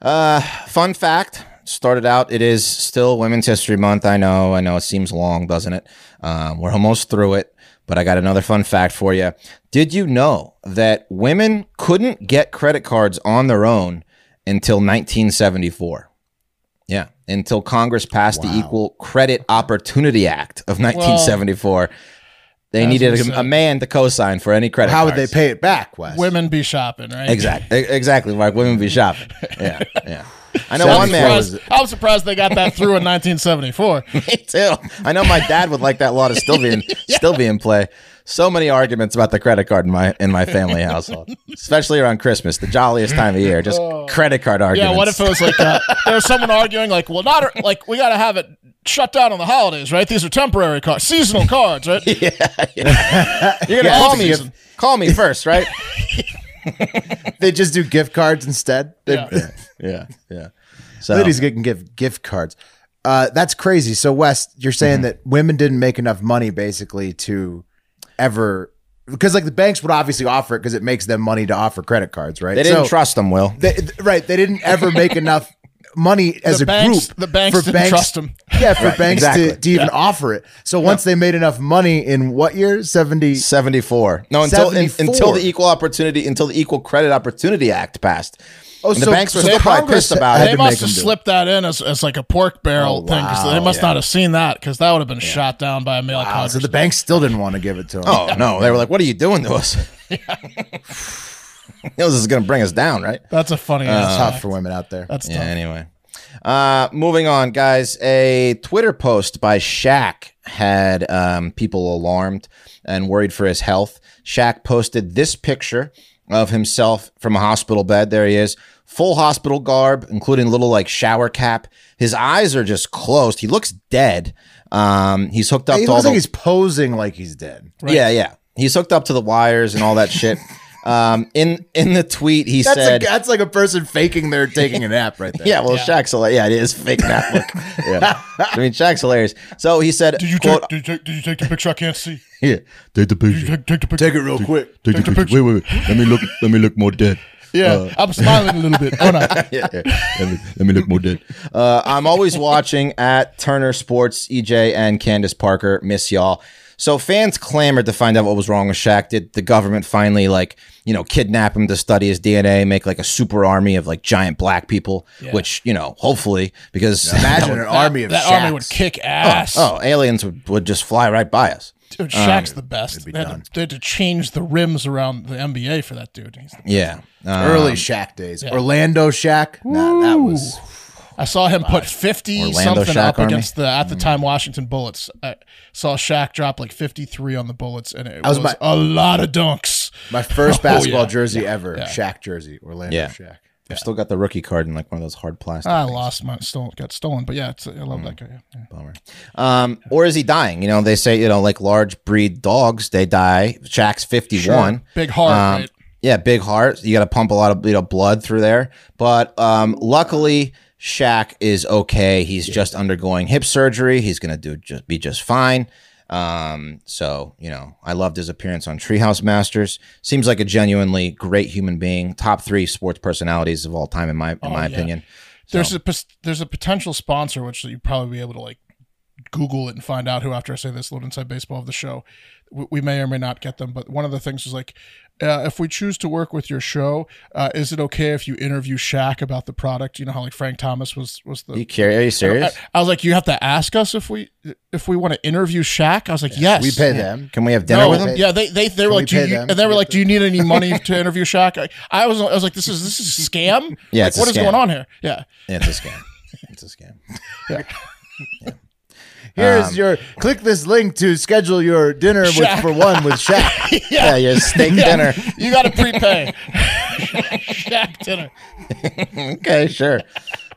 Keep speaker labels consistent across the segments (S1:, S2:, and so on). S1: Uh, Fun fact started out, it is still Women's History Month. I know, I know it seems long, doesn't it? Um, we're almost through it, but I got another fun fact for you. Did you know that women couldn't get credit cards on their own until 1974? Yeah, until Congress passed the Equal Credit Opportunity Act of 1974. they needed
S2: what I
S1: a, a man to co sign for any credit
S3: How would
S1: cards.
S3: they pay it back, Wes?
S2: Women be shopping, right?
S1: Exactly. Exactly. Like women be shopping. Yeah. Yeah. I know
S3: Sounds
S1: one man
S3: gross.
S2: Surprised- I'm surprised they got that through in 1974.
S1: Me too. I know my dad would like that law to still be in, still be in play. So many arguments about the credit card in my in my family household, especially around Christmas, the jolliest time of year. Just
S3: Oh.
S1: credit card arguments.
S2: Yeah, what if it was like uh, there was someone arguing like, well, not like we got to have it shut down on the holidays, right? These are temporary cards, seasonal cards, right?
S1: you're gonna
S2: Yeah,
S1: call
S2: it's
S1: me?
S2: using-
S1: Call me first, right?
S3: They just do gift cards instead. They,
S2: Yeah.
S1: yeah, yeah. So
S3: Ladies can give gift cards. Uh, that's crazy. So, Wes, you're
S1: Mm-hmm.
S3: saying that women didn't make enough money basically to ever because like the banks would obviously offer it because it makes them money to offer credit cards, right?
S1: they didn't
S3: So-
S1: trust them, Will.
S3: They, th- right. They didn't ever make enough money as
S2: The
S3: a
S2: banks-
S3: group.
S2: the banks didn't trust 'em.
S3: Yeah, for banks
S1: exactly.
S3: to, to even offer it. So once they made enough money in what year? 70.
S1: Seventy four. No, until in-
S3: 74.
S1: until the equal opportunity until the Equal Credit Opportunity Act passed.
S3: Oh,
S1: And the
S3: so-
S1: banks were
S3: so
S1: still probably
S3: Congress
S1: pissed about
S3: had
S1: it.
S2: They
S3: to
S2: must
S3: make
S2: have
S3: them do it. Oh,
S2: slipped that in as, as like a pork barrel thing 'cause thing because they must not have seen that because that would have been shot down by a male
S3: Wow,
S2: Congress.
S3: Oh, so the banks still didn't want to give it to them.
S1: Oh no, they were like, "What are you doing to us?" this is going to bring us down, right?
S2: That's a funny answer.
S3: tough for women out there.
S2: That's
S1: Yeah,
S2: tough.
S1: anyway. Uh, moving on, guys. A Twitter post by Shaq had um, people alarmed and worried for his health. Shaq posted this picture of himself from a hospital bed. There he is, full hospital garb, including little like shower cap. His eyes are just closed. He looks dead. Um, he's hooked up
S3: He
S1: to all
S3: looks
S1: the
S3: like he's posing like he's dead.
S1: yeah, yeah. He's hooked up to the wires and all that shit. Um, in in the tweet, he
S3: That's,
S1: said,
S3: a, that's like a person faking they're taking a nap right there.
S1: Yeah, well, Shaq's hilarious. Yeah, it is fake nap look. yeah. I mean, Shaq's hilarious. So he said,
S2: Did you take?
S1: quote,
S2: Did you take? Did you take the picture? I can't see.
S1: yeah.
S4: Take the
S2: Did
S4: picture.
S2: you take, take the picture?
S3: Take it real quick.
S4: Take, the, picture. Wait, wait, wait. Let me look. Let me look more dead.
S2: Yeah,
S3: Uh,
S2: I'm smiling a little bit. Oh no.
S4: Let me, let me look more dead.
S1: Uh, I'm always watching at Turner Sports, EJ and Candace Parker. Miss y'all. So fans clamored to find out what was wrong with Shaq. Did the government finally, like, you know, kidnap him to study his DNA, make like a super army of like giant black people, which, you know, hopefully, because
S3: Imagine an army of
S2: that
S3: Shaqs.
S2: army would kick ass.
S1: Oh, Um, aliens would, would just fly right by us.
S2: Dude, Shaq's the best. They had, to, they had to change the rims around the NBA for that dude. He's the,
S1: Yeah. Uh,
S3: Early Shaq days. Orlando Shaq. Nah, that was.
S2: I saw him put 50
S1: Orlando
S2: something
S1: Shaq
S2: up
S1: Army. Mm.
S2: against the, at the time, Washington Bullets. I saw Shaq drop like 53 on the Bullets, and it was,
S3: was my-
S2: a lot of dunks.
S3: My first basketball
S2: yeah.
S3: jersey ever, Shaq jersey, Orlando
S1: Yeah.
S3: Shaq.
S1: I've still got the rookie card in like one of those hard plastic.
S2: I lost my, stole, got stolen, but yeah, it's, I
S1: Mm.
S2: love that guy. Yeah.
S1: Um, or is he dying? You know, they say, you know, like large breed dogs, they die. Shaq's 51.
S2: Big heart,
S1: Um,
S2: right?
S1: Yeah, big heart. You got to pump a lot of you know blood through there. But um, luckily, Shaq is okay. He's just undergoing hip surgery. He's gonna do just be just fine. Um, so you know, I loved his appearance on Treehouse Masters. Seems like a genuinely great human being. Top three sports personalities of all time, in my in
S2: Oh,
S1: my opinion.
S2: There's a pos- there's a potential sponsor which you'd probably be able to like Google it and find out who. After I say this, little inside baseball of the show, we, we may or may not get them. But one of the things is like, uh, if we choose to work with your show, uh, is it okay if you interview Shaq about the product? You know how like Frank Thomas was was the.
S1: You care? Are you serious?
S2: I, I was like, you have to ask us if we if we want to interview Shaq. I was like, yes,
S3: We pay them.
S1: Can we have dinner
S2: No,
S1: with him?
S2: yeah, they they, they were
S3: we
S2: like, do
S3: pay
S2: you,
S3: them?
S2: and they
S3: Can
S2: were
S3: we
S2: like, do you need any money to interview Shaq? I, I was I was like, this is this is a scam.
S1: Yeah,
S2: Like,
S1: it's a
S2: what is
S1: scam.
S2: going on here? Yeah,
S1: It's a scam. It's a scam.
S3: Here's your click this link to schedule your dinner with,
S2: Shaq.
S3: for one with Shaq.
S1: Yeah, your steak dinner.
S2: You got to prepay. Shaq dinner.
S1: Okay, sure.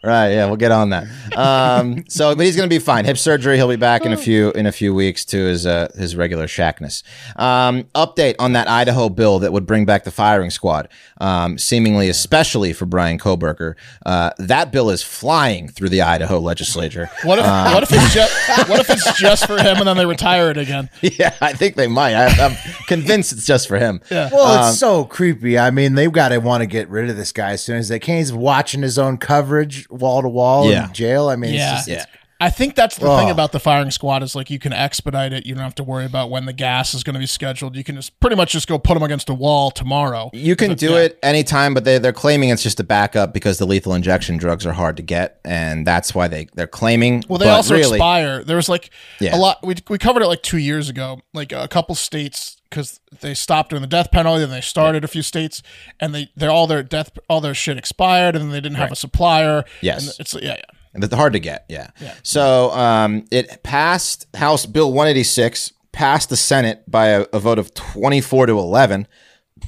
S1: Right, yeah, we'll get on that. Um, so, but he's gonna be fine. Hip surgery, he'll be back in a few in a few weeks to his uh, his regular shackness. Um, update on that Idaho bill that would bring back the firing squad, um, seemingly especially for Brian Koberger. Uh, that bill is flying through the Idaho legislature.
S2: What if
S1: Uh,
S2: what if it's just what if it's just for him and then they retire it again?
S1: yeah, I think they might. I, I'm convinced it's just for him. Yeah.
S3: Well, it's so creepy. I mean, they've got to want to get rid of this guy as soon as they can. He's watching his own coverage wall to wall
S1: Yeah.
S3: in jail. I mean,
S2: Yeah.
S3: it's just, it's-
S2: I think that's the thing about the firing squad is like you can expedite it. You don't have to worry about when the gas is going to be scheduled. You can just pretty much just go put them against a wall tomorrow.
S1: You can do it anytime, but they, they're claiming it's just a backup because the lethal injection drugs are hard to get, and that's why they, they're claiming.
S2: Well, they
S1: but
S2: also
S1: really,
S2: expire. There was like
S1: Yeah.
S2: a lot. We, we covered it like two years ago, like a couple states because they stopped doing the death penalty, and they started a few states, and they they all their death all their shit expired, and they didn't have a supplier.
S1: Yes.
S2: and it's yeah, yeah.
S1: That's hard to get, yeah. So um, it passed House Bill 186, passed the Senate by a, a vote of 24 to 11.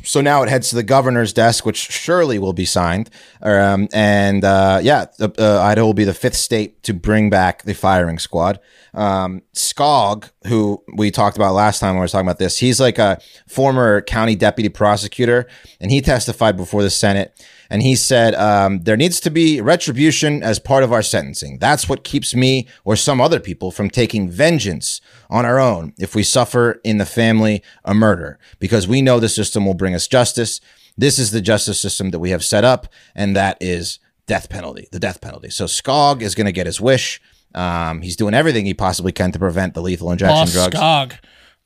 S1: So now it heads to the governor's desk, which surely will be signed. Um, and uh, yeah, uh, uh, Idaho will be the fifth state to bring back the firing squad. Um, Skog, who we talked about last time when we were talking about this, he's like a former county deputy prosecutor, and he testified before the Senate. And he said, um, There needs to be retribution as part of our sentencing. That's what keeps me or some other people from taking vengeance on our own if we suffer in the family a murder, because we know the system will bring us justice. This is the justice system that we have set up, and that is death penalty, the death penalty. So Skog is going to get his wish. Um, he's doing everything he possibly can to prevent the lethal injection
S2: Boss
S1: drugs.
S2: Skog.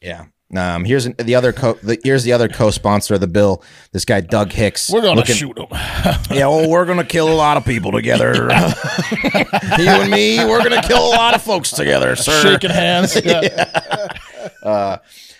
S1: Yeah. Um, here's an- the other co- the, here's the other co-sponsor of the bill. This guy Doug Hicks.
S2: We're gonna
S1: Looking-
S2: shoot him.
S1: yeah, well, we're gonna kill a lot of people together. you and me, we're gonna kill a lot of folks together, sir.
S2: Shaking hands. Yeah.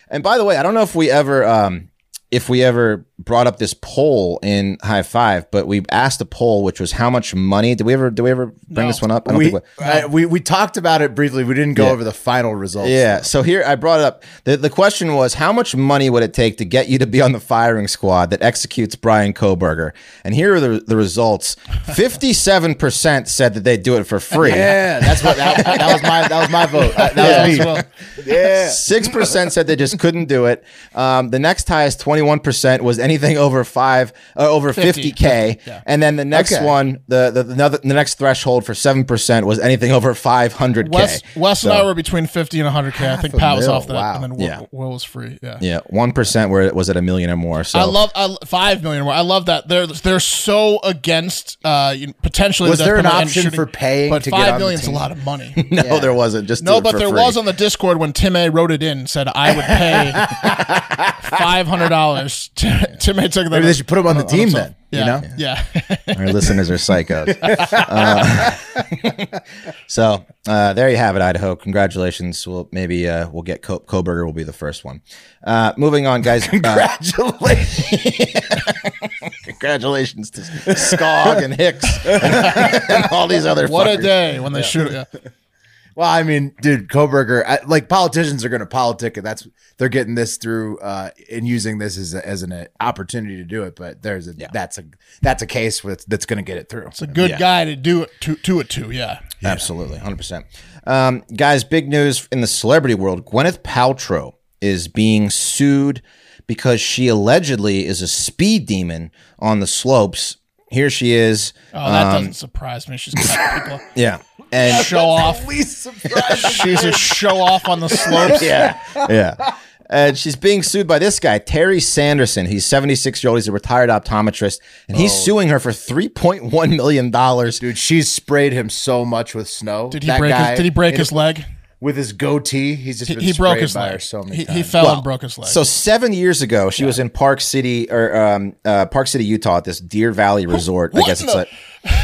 S1: And by the way, I don't know if we ever um, if we ever brought up this poll in High Five, but we asked a poll which was how much money. Did we ever did we ever bring this one up? I don't
S3: we,
S1: think we-
S3: I- we we talked about it briefly. We didn't go
S1: Yeah.
S3: over the final results.
S1: Yeah. So here I brought up the, the question was how much money would it take to get you to be on the firing squad that executes Brian Koberger? And here are the, the results. 57% said that they'd do it for free.
S3: Yeah, that's what that, that was my that was my vote. That, that was me. Yeah.
S1: Six percent said they just couldn't do it. Um, the next highest, twenty-one percent, was anything over five, uh, over fifty k. And then the next
S3: Okay.
S1: one, the the, the, another- the next threshold for seven percent was anything over five hundred k.
S2: Wes, Wes and I were between fifty and hundred k. I think
S3: a
S2: Pat was
S3: mil,
S2: off that,
S3: wow.
S2: and then Will,
S1: Yeah.
S2: Will was free. Yeah.
S1: Yeah, one percent where it was at a million or more. So
S2: I love I, lo- five million. more. I love that they're they're so against uh, you know, potentially.
S3: Was
S2: the death
S3: there an
S2: penalty and
S3: option
S2: shooting,
S3: for paying
S2: But
S3: to get on
S2: five
S3: the
S2: million's a
S3: team?
S2: lot of money.
S1: No, there wasn't. Just do
S2: no,
S1: it
S2: but
S1: for
S2: there
S1: free.
S2: was on the Discord when Tim A wrote it in said I would pay five hundred dollars. Tim, Tim A took that.
S3: Maybe they should put him on the team
S2: himself.
S3: then.
S2: Oh,
S3: You
S2: Yeah,
S3: know.
S2: yeah.
S1: Our listeners are psychos. Uh, so uh, there you have it, Idaho. Congratulations. We'll maybe uh, we'll get Co- Koberger will be the first one. Uh, moving on, guys. Uh,
S3: Congratulations.
S1: congratulations to Skog and Hicks and all these other.
S2: what a
S1: fuckers.
S2: day when they shoot. Yeah.
S3: well, I mean, dude, Koberger, I, like politicians are going to politic it. That's they're getting this through uh, and using this as, a, as an uh, opportunity to do it. But there's a that's a that's a case with that's going to get it through.
S2: It's a good guy to do it to, to it to. Yeah.
S1: Absolutely, hundred percent. um, Guys, big news in the celebrity world: Gwyneth Paltrow is being sued because she allegedly is a speed demon on the slopes. Here she is.
S2: Oh, that doesn't surprise me. She's got people
S1: Yeah, and
S2: show off.
S3: least surprise.
S2: She's a show off on the slopes.
S1: yeah, yeah. And she's being sued by this guy, Terry Sanderson. He's 76 year old. He's a retired optometrist, and he's suing her for 3.1 million dollars.
S3: Dude, she's sprayed him so much with snow.
S2: Did he break? his, did he break his leg?
S3: with his goatee? He's just
S2: He,
S3: been
S2: he broke
S3: sprayed
S2: his
S3: by
S2: leg.
S3: her so many
S2: he,
S3: times.
S2: he fell and broke his leg.
S1: So seven years ago, she was in Park City or um, uh, Park City, Utah, at this Deer Valley Resort. I
S2: what
S1: guess it's
S2: the-
S1: like,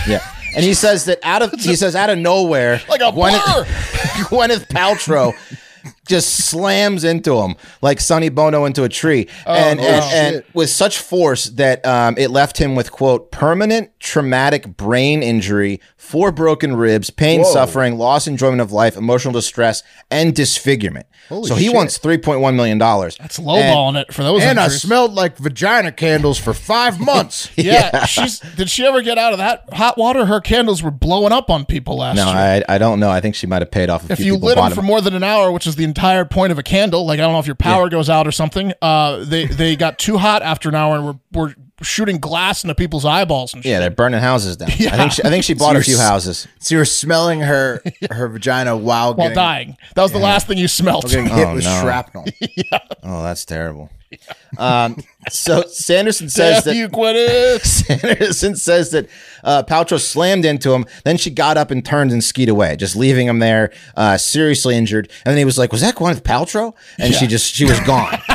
S1: yeah. And he says that out of he says out of nowhere,
S2: Like a blur.
S1: Gwyneth, Gwyneth Paltrow just slams into him like Sonny Bono into a tree,
S2: Oh,
S1: and and, and with such force that um, it left him with quote permanent traumatic brain injury, four broken ribs, pain, suffering, loss, enjoyment of life, emotional distress, and disfigurement. so he
S3: shit.
S1: wants three point one million dollars.
S2: It's lowballing it for those.
S3: And I
S2: injuries.
S3: smelled like vagina candles for five months.
S2: Yeah, she's. Did she ever get out of that hot water? Her candles were blowing up on people last
S1: No,
S2: year.
S1: I, I don't know. I think she might have paid off a
S2: if
S1: few
S2: you
S1: people
S2: lit them
S1: bought
S2: for more than an hour, which is the entire point of a candle, like I don't know if your power goes out or something. Uh, they they got too hot after an hour and were were shooting glass into people's eyeballs and shit.
S1: Yeah, they're burning houses down. I think she, I think she bought a
S3: you're
S1: few
S3: s-
S1: houses.
S3: So you're smelling her her vagina while,
S2: While
S3: getting,
S2: dying, that was the last thing you smelled.
S3: getting hit
S1: Oh,
S3: with
S1: no.
S3: shrapnel.
S1: Oh, that's terrible. Um, so Sanderson says
S2: Damn
S1: that
S2: you, Gwyneth.
S1: Sanderson says that uh, Paltrow slammed into him. Then she got up and turned and skied away, just leaving him there, uh, seriously injured. And then he was like, "Was that Gwyneth Paltrow?" And she just she was gone.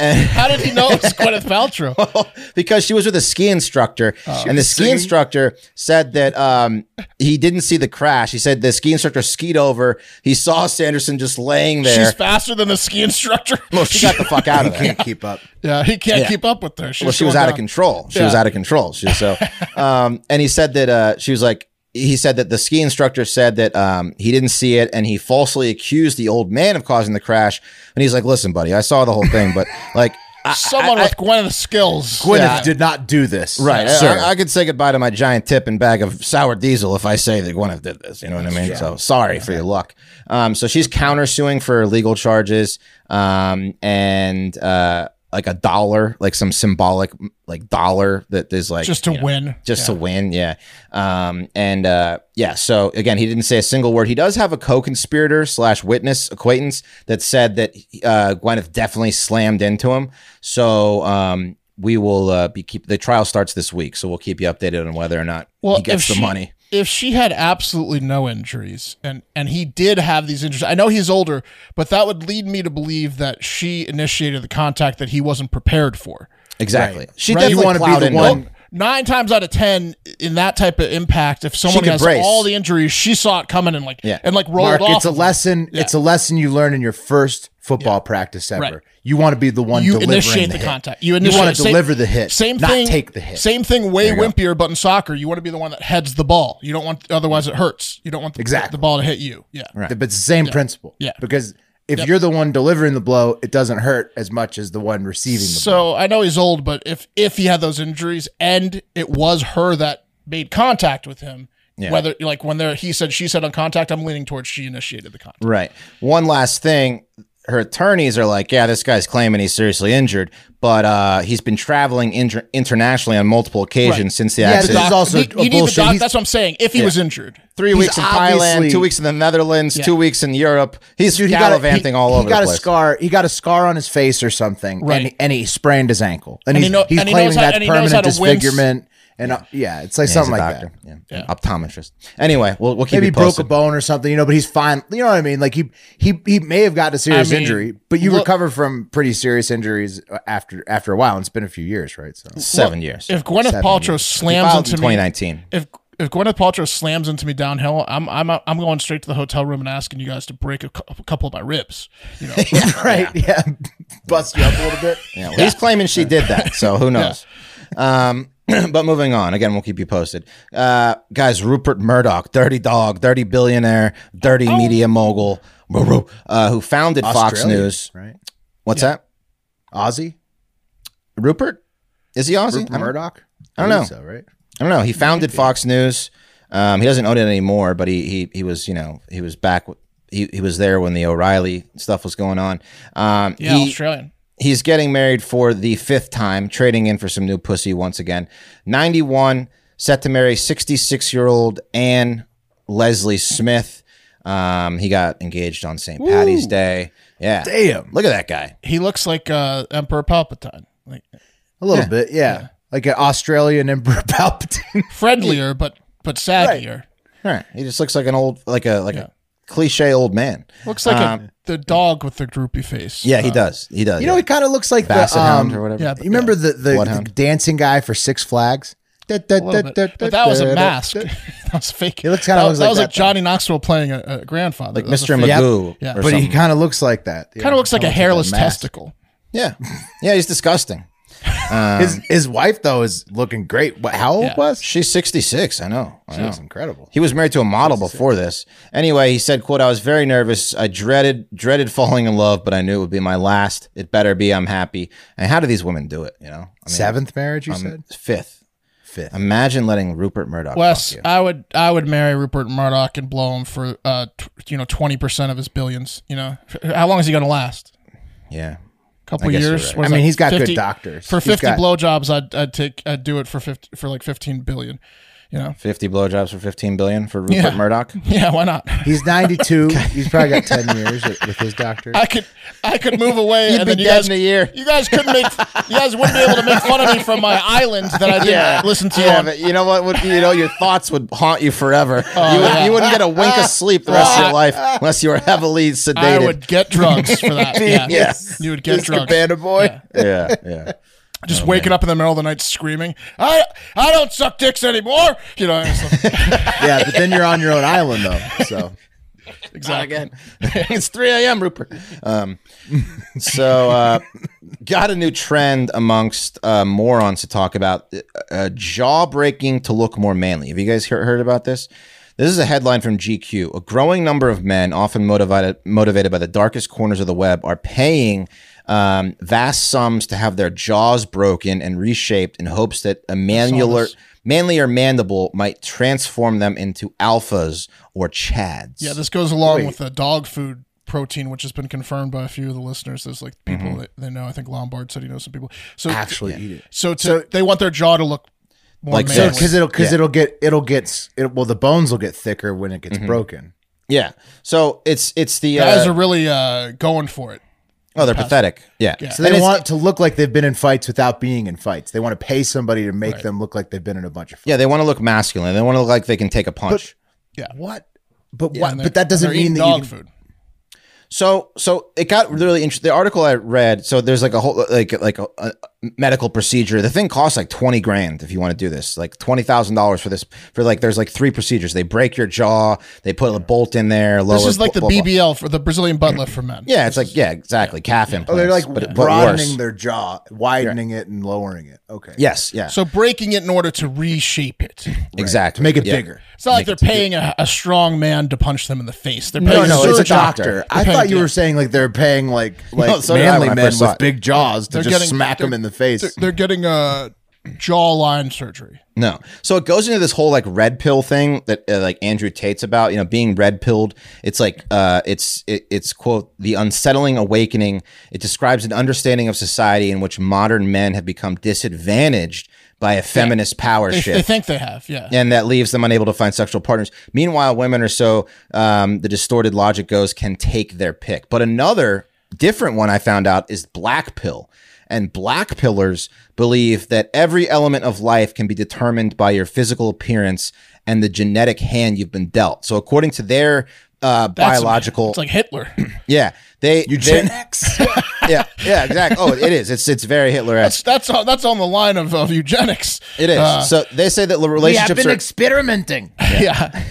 S2: How did he know it was Gwyneth Paltrow?
S1: because she was with a ski instructor,
S2: Oh.
S1: and the ski instructor said that um, he didn't see the crash. He said the ski instructor skied over. He saw Sanderson just laying there.
S2: She's faster than the ski instructor.
S1: well, she got the fuck out of
S3: You
S1: there.
S3: can't keep up.
S2: yeah, he can't keep up with her. She's
S1: well, she was
S2: going
S1: out of
S2: down.
S1: control. She was
S2: Yeah.
S1: out of control. She so, um, and he said that uh, she was like. He said that the ski instructor said that um, he didn't see it, and he falsely accused the old man of causing the crash. And he's like, "Listen, buddy, I saw the whole thing, but like, I,
S2: Someone with Gwyneth's skills.
S3: Gwyneth
S1: Yeah.
S3: did not do this. Uh,
S1: right, I-
S3: sir.
S1: I, I could say goodbye to my giant tip and bag of sour diesel if I say that Gwyneth did this. You know what I mean? So sorry for your luck. Um, so she's countersuing for legal charges, um, and uh, like a dollar, like some symbolic like dollar that is like
S2: just to win.
S1: just to win. Yeah. Um, and uh, yeah, so again, he didn't say a single word. He does have a co-conspirator slash witness acquaintance that said that uh, Gwyneth definitely slammed into him. So um, we will uh, be keep the trial starts this week, so we'll keep you updated on whether or not he gets
S2: if
S1: the
S2: she-
S1: money.
S2: If she had absolutely no injuries, and and he did have these injuries, I know he's older, but that would lead me to believe that she initiated the contact that he wasn't prepared for.
S1: Exactly. She
S3: Right, you
S1: definitely
S3: wanna be
S1: plowed
S3: the
S1: into
S3: one-
S1: him.
S2: Nine times out of ten, in that type of impact, if someone
S1: could
S2: has
S1: brace.
S2: all the injuries, she saw it coming and like
S1: Yeah.
S2: and like rolled
S3: Mark,
S2: off.
S3: it's a lesson. It's a lesson you learn in your first football practice ever.
S2: Right.
S3: You want to be the one
S2: you
S3: delivering
S2: initiate the,
S3: hit.
S2: contact. You,
S3: You
S2: initiate,
S3: want to
S2: same-
S3: deliver the hit.
S2: Same
S3: not
S2: thing.
S3: Take the hit.
S2: Same thing. Way wimpier, but in soccer, you want to be the one that heads the ball. You don't want otherwise it hurts. You don't want the,
S3: Exactly.
S2: the ball to hit you. Yeah.
S3: Th- But it's the same principle.
S2: Yeah.
S3: Because if you're the one delivering the blow, it doesn't hurt as much as the one receiving the blow.
S2: So I know he's old, but if if he had those injuries and it was her that made contact with him, whether like when there he said she said on contact, I'm leaning towards she initiated the contact.
S1: Right. One last thing. Her attorneys are like, yeah, this guy's claiming he's seriously injured, but uh, he's been traveling inter- internationally on multiple occasions since the
S3: Yeah,
S1: accident.
S3: this is also
S2: you,
S3: a
S2: you need the
S3: bullshit.
S2: doc,
S3: He's-
S2: that's what I'm saying. If he was injured,
S1: three
S3: He's
S1: weeks in Thailand,
S3: obviously-
S1: two weeks in the Netherlands, two weeks in Europe. He's
S3: Dude, he got a-
S1: gallivanting
S3: he-
S1: all over
S3: He got
S1: the
S3: a
S1: place.
S3: scar. He got a scar on his face or something,
S2: Right.
S3: and, and he sprained his ankle. And,
S2: And he
S3: he's,
S2: know-
S3: he's
S2: and he knows
S3: claiming
S2: how-
S3: that's
S2: and he knows
S3: permanent
S2: how to wince.
S3: disfigurement. And uh, yeah, it's like
S1: Yeah, he's
S3: something
S1: a
S3: like
S1: doctor.
S3: that.
S1: Yeah. Optometrist. Anyway, we'll, we'll keep
S3: Maybe
S1: you
S3: he broke a
S1: posted.
S3: bone or something, you know. But he's fine. You know what I mean? Like he he he may have gotten a serious
S2: I mean,
S3: injury, but you
S2: look-
S3: recover from pretty serious injuries uh, after after a while. And it's been a few years, right? So
S1: Seven years.
S2: if Gwyneth Paltrow slams
S1: filed in
S2: into me
S1: 2019.
S2: if if Gwyneth Paltrow slams into me downhill, I'm I'm I'm going straight to the hotel room and asking you guys to break a, cou- a couple of my ribs. You know,
S3: right, yeah, bust you up a little bit.
S1: Yeah, well, He's claiming she did that, so who knows? Um, but moving on, again, we'll keep you posted. Uh, guys, Rupert Murdoch, dirty dog, dirty billionaire, dirty
S3: Oh.
S1: media mogul, uh, who founded Fox
S3: Australian,
S1: News.
S3: right?
S1: What's that?
S3: Aussie,
S1: Rupert? Is he Aussie? I
S3: Rupert
S1: don't-
S3: Murdoch.
S1: I don't
S3: believe
S1: know.
S3: So right.
S1: I don't know. He founded Fox News. Um, he doesn't own it anymore, but he he he was you know he was back. w- He, he was there when the O'Reilly stuff was going on. Um,
S2: yeah,
S1: he-
S2: Australian.
S1: he's getting married for the fifth time, trading in for some new pussy once again. 91, set to marry 66 year old Anne Leslie Smith. Um, he got engaged on St. Patty's Day. Yeah.
S3: Damn,
S1: Look at that guy.
S2: He looks like uh, Emperor Palpatine, like
S3: a little bit, yeah. Like an Australian Emperor Palpatine.
S2: friendlier but but saggier.
S1: All right. He just looks like an old, like a, like a cliche old man.
S2: Looks like
S3: Um,
S2: a, the dog with the droopy face.
S1: Yeah, he does. He does.
S3: Uh, You know,
S1: yeah.
S3: he kind of looks like
S1: Basset
S3: the um,
S1: Hound or whatever.
S2: Yeah,
S3: You remember the, the, the
S1: Bloodhound.
S3: dancing guy for Six Flags?
S2: A little bit. But that was a mask. that was fake.
S3: He looks kinda
S2: That-
S3: looks
S2: that
S3: like
S2: was
S3: that,
S2: like Johnny Knoxville playing a, a grandfather.
S1: like Mr. Magoo.
S2: Yeah.
S1: or
S3: But he
S1: something.
S3: kind of looks like that.
S2: Kind of looks like a hairless
S3: mask.
S2: testicle.
S1: yeah, yeah, he's disgusting.
S3: his his wife though is looking great. What, how old
S2: Yeah.
S3: was she?
S1: She's 66. I know. I know.
S3: That's incredible.
S1: He was married to a model before this. Anyway, he said, "quote I was very nervous. I dreaded dreaded falling in love, but I knew it would be my last. It better be. I'm happy." And how do these women do it? You know, I mean,
S3: Seventh marriage, you
S1: I'm
S3: said.
S1: fifth.
S3: Fifth.
S1: Imagine letting Rupert Murdoch.
S2: Wes,
S1: fuck you.
S2: I would I would marry Rupert Murdoch and blow him for uh t- you know twenty percent of his billions. You know how long is he going to last?
S1: yeah.
S2: couple
S1: I guess you're
S2: years.
S1: right.
S2: What
S3: I
S2: is
S3: mean,
S2: that,
S3: he's got good doctors.
S2: For
S3: He's
S2: fifty
S3: got-
S2: blowjobs, I'd I'd take I'd do it for fifty for like fifteen billion. You know,
S1: 50 blowjobs for 15 billion for Rupert
S2: Yeah.
S1: Murdoch.
S2: yeah, why not?
S3: He's ninety two. He's probably got ten years with with his doctor.
S2: I could I could move away
S1: You'd
S2: and
S1: be
S2: then you
S1: dead
S2: guys
S1: in a year.
S2: You guys couldn't make you guys wouldn't be able to make fun of me from my island that I didn't listen to.
S1: Yeah,
S2: on.
S1: but you know what? Would, you know your thoughts would haunt you forever. you, would,
S2: Oh, yeah.
S1: you wouldn't get a wink of sleep the rest of your life unless you were heavily sedated.
S2: I would get drugs for that. Yeah,
S1: Yes.
S2: you would get drugs.
S3: boy.
S1: Yeah, yeah.
S3: Oh,
S2: Just waking up in the middle of the night screaming, "I I don't suck dicks anymore." You know, it's like-
S3: Yeah, but then you're on your own island though. So
S2: exactly.
S1: it's 3 a.m., Rupert. Um, so, uh, got a new trend amongst uh, morons to talk about uh, uh, jaw breaking to look more manly. Have you guys hear- heard about this? This is a headline from GQ. A growing number of men, often motivated motivated by the darkest corners of the web, are paying um, vast sums to have their jaws broken and reshaped in hopes that a manular, manlier mandible might transform them into alphas or chads.
S2: Yeah, this goes along with the dog food protein, which has been confirmed by a few of the listeners. There's like
S3: Mm-hmm.
S2: people that they know. I think Lombard said he knows some people. So
S3: actually eat it.
S2: so, to, they want their jaw to look more
S1: Like
S2: like
S1: so,
S2: manly.
S3: Because it'll because it'll get it'll get s- it, well the bones will get thicker when it gets
S1: Mm-hmm.
S3: broken.
S1: Yeah. So it's it's the
S2: guys
S1: uh,
S2: are really uh, going for it.
S1: oh they're pathetic. Yeah.
S3: So they
S1: And it's-
S3: want to look like they've been in fights without being in fights. They want to pay somebody to make them look like they've been in a bunch of fights.
S1: yeah they want to look masculine. They want to look like they can take a punch.
S3: What? But
S2: Yeah,
S3: what?
S2: and they're-
S3: But that doesn't
S2: they're eating
S3: mean that you
S2: dog
S3: can-
S2: food.
S1: so so it got really interesting. The article I read. So there's like a whole like like a, a medical procedure. The thing costs like twenty grand if you want to do this. Like twenty thousand dollars for this for like there's like three procedures. They break your jaw. They put a bolt in there. Lower,
S2: This is like the
S1: blah, blah, blah.
S2: BBL for the Brazilian butt lift for men.
S1: Yeah, it's like yeah, exactly. Calf implants.
S3: Oh, they're like
S1: but, but
S3: broadening
S1: worse.
S3: their jaw, widening it, and lowering it. Okay.
S1: Yes, yeah,
S2: So breaking it in order to reshape it.
S1: exactly.
S3: To make it
S1: Yeah.
S3: bigger.
S2: It's not like they're paying a, a strong man to punch them in the face. They're paying
S3: No, no,
S2: a
S3: it's a
S2: surgeon.
S3: doctor. I
S2: They're
S3: thought
S2: paying-
S3: you were saying like they're paying like like
S1: so did I
S3: manly
S1: when I
S3: men
S1: first saw
S3: with
S1: it.
S3: big jaws to just smack
S2: they're-
S3: them in the face.
S2: They're, they're getting a jawline surgery.
S1: No. So it goes into this whole like red pill thing that uh, like Andrew Tate's about, you know, being red pilled. It's like uh it's it, it's quote the unsettling awakening. It describes an understanding of society in which modern men have become disadvantaged by a feminist power
S2: They,
S1: shift
S2: they think they have. Yeah.
S1: and that leaves them unable to find sexual partners. Meanwhile, women are so um, the distorted logic goes can take their pick. But another different one I found out is black pill. And black pillars believe that every element of life can be determined by your physical appearance and the genetic hand you've been dealt. So according to their uh,
S2: That's-
S1: biological,
S2: It's like Hitler.
S1: yeah, they
S3: Eugenics.
S1: they- yeah, yeah, exactly. Oh, it is. It's it's very Hitler
S2: that's
S1: esque.
S2: that's on, that's on the line of, of eugenics.
S1: It is.
S2: Uh,
S1: so they say that relationships are
S3: experimenting.
S2: yeah.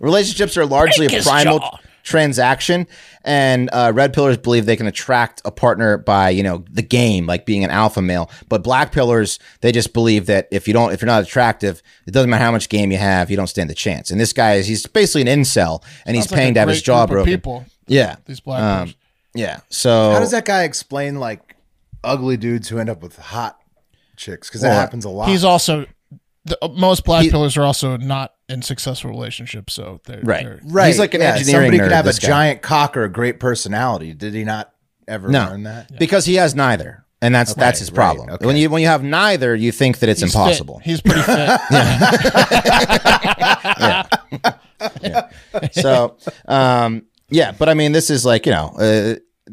S1: Relationships are largely a
S2: his
S1: primal
S2: jaw.
S1: transaction, and uh, red pillars believe they can attract a partner by you know the game, like being an alpha male. But black pillars, they just believe that if you don't, if you're not attractive, it doesn't matter how much game you have, you don't stand a chance. And this guy is he's basically an incel, and he's
S2: It's like
S1: paying
S2: a
S1: to have his
S2: great
S1: jaw
S2: group of
S1: broken.
S2: People.
S1: Yeah,
S2: These black
S1: Um,
S2: pillars.
S1: yeah. So
S3: How does that guy explain like ugly dudes who end up with hot chicks? Because that
S1: Well,
S3: happens a lot.
S2: He's also the, uh, most black
S1: He-
S2: pillars are also not in successful relationships. So they're
S1: Right.
S2: They're,
S3: right.
S1: he's like an engineering
S3: Somebody
S1: nerd,
S3: could have a
S1: this guy.
S3: giant cock or a great personality. Did he not ever
S1: No.
S3: learn that?
S1: because he has neither, and that's that's his problem.
S3: okay.
S1: When you when you have neither, you think that it's
S2: he's fit.
S1: impossible.
S2: He's pretty fit.
S1: So, um, yeah, but I mean, this is like you know, uh,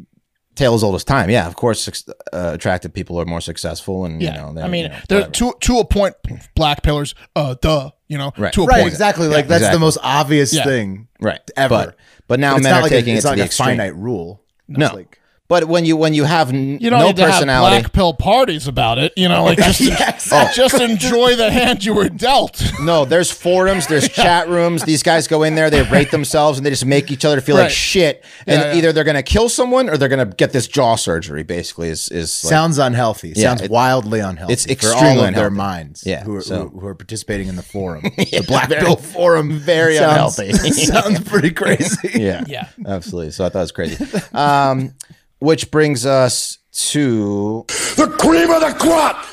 S1: tale as old as time. Yeah, of course, suc- uh, attractive people are more successful, and
S2: Yeah,
S1: you know,
S2: I mean,
S1: you know,
S2: they're
S1: whatever.
S2: to to a point. Black pillars, uh, duh, you know,
S1: Right.
S2: to a
S3: Right,
S2: point.
S3: exactly. Like that's
S1: exactly.
S3: the most obvious
S2: Yeah.
S3: thing
S1: right
S3: ever.
S1: But, but now
S3: But it's
S1: men
S3: not
S1: are
S3: like a-
S1: taking
S3: it's
S1: it to
S3: not
S1: the
S3: like a
S1: extreme.
S3: finite rule.
S1: No.
S3: It's like,
S1: But when you when you have n-
S2: You don't
S1: no
S2: need to
S1: personality,
S2: have black pill parties about it. You know, like just, just enjoy the hand you were dealt.
S1: No, there's forums, there's chat rooms. These guys go in there, they rate themselves, and they just make each other feel
S2: Right.
S1: like shit. And
S2: Yeah, yeah.
S1: either they're gonna kill someone or they're gonna get this jaw surgery. Basically, is is like,
S3: Sounds unhealthy. Sounds
S1: it-
S3: wildly unhealthy.
S1: it's
S3: for all of
S1: extremely
S3: their
S1: unhealthy.
S3: minds.
S1: Yeah,
S3: who are,
S1: so-
S3: who, who are participating in the forum, the Black Bill forum.
S1: very
S3: sounds,
S1: unhealthy.
S3: sounds pretty crazy.
S1: yeah,
S2: Yeah.
S1: absolutely. So I thought it was crazy. Um, which brings us to
S5: The cream of the crop!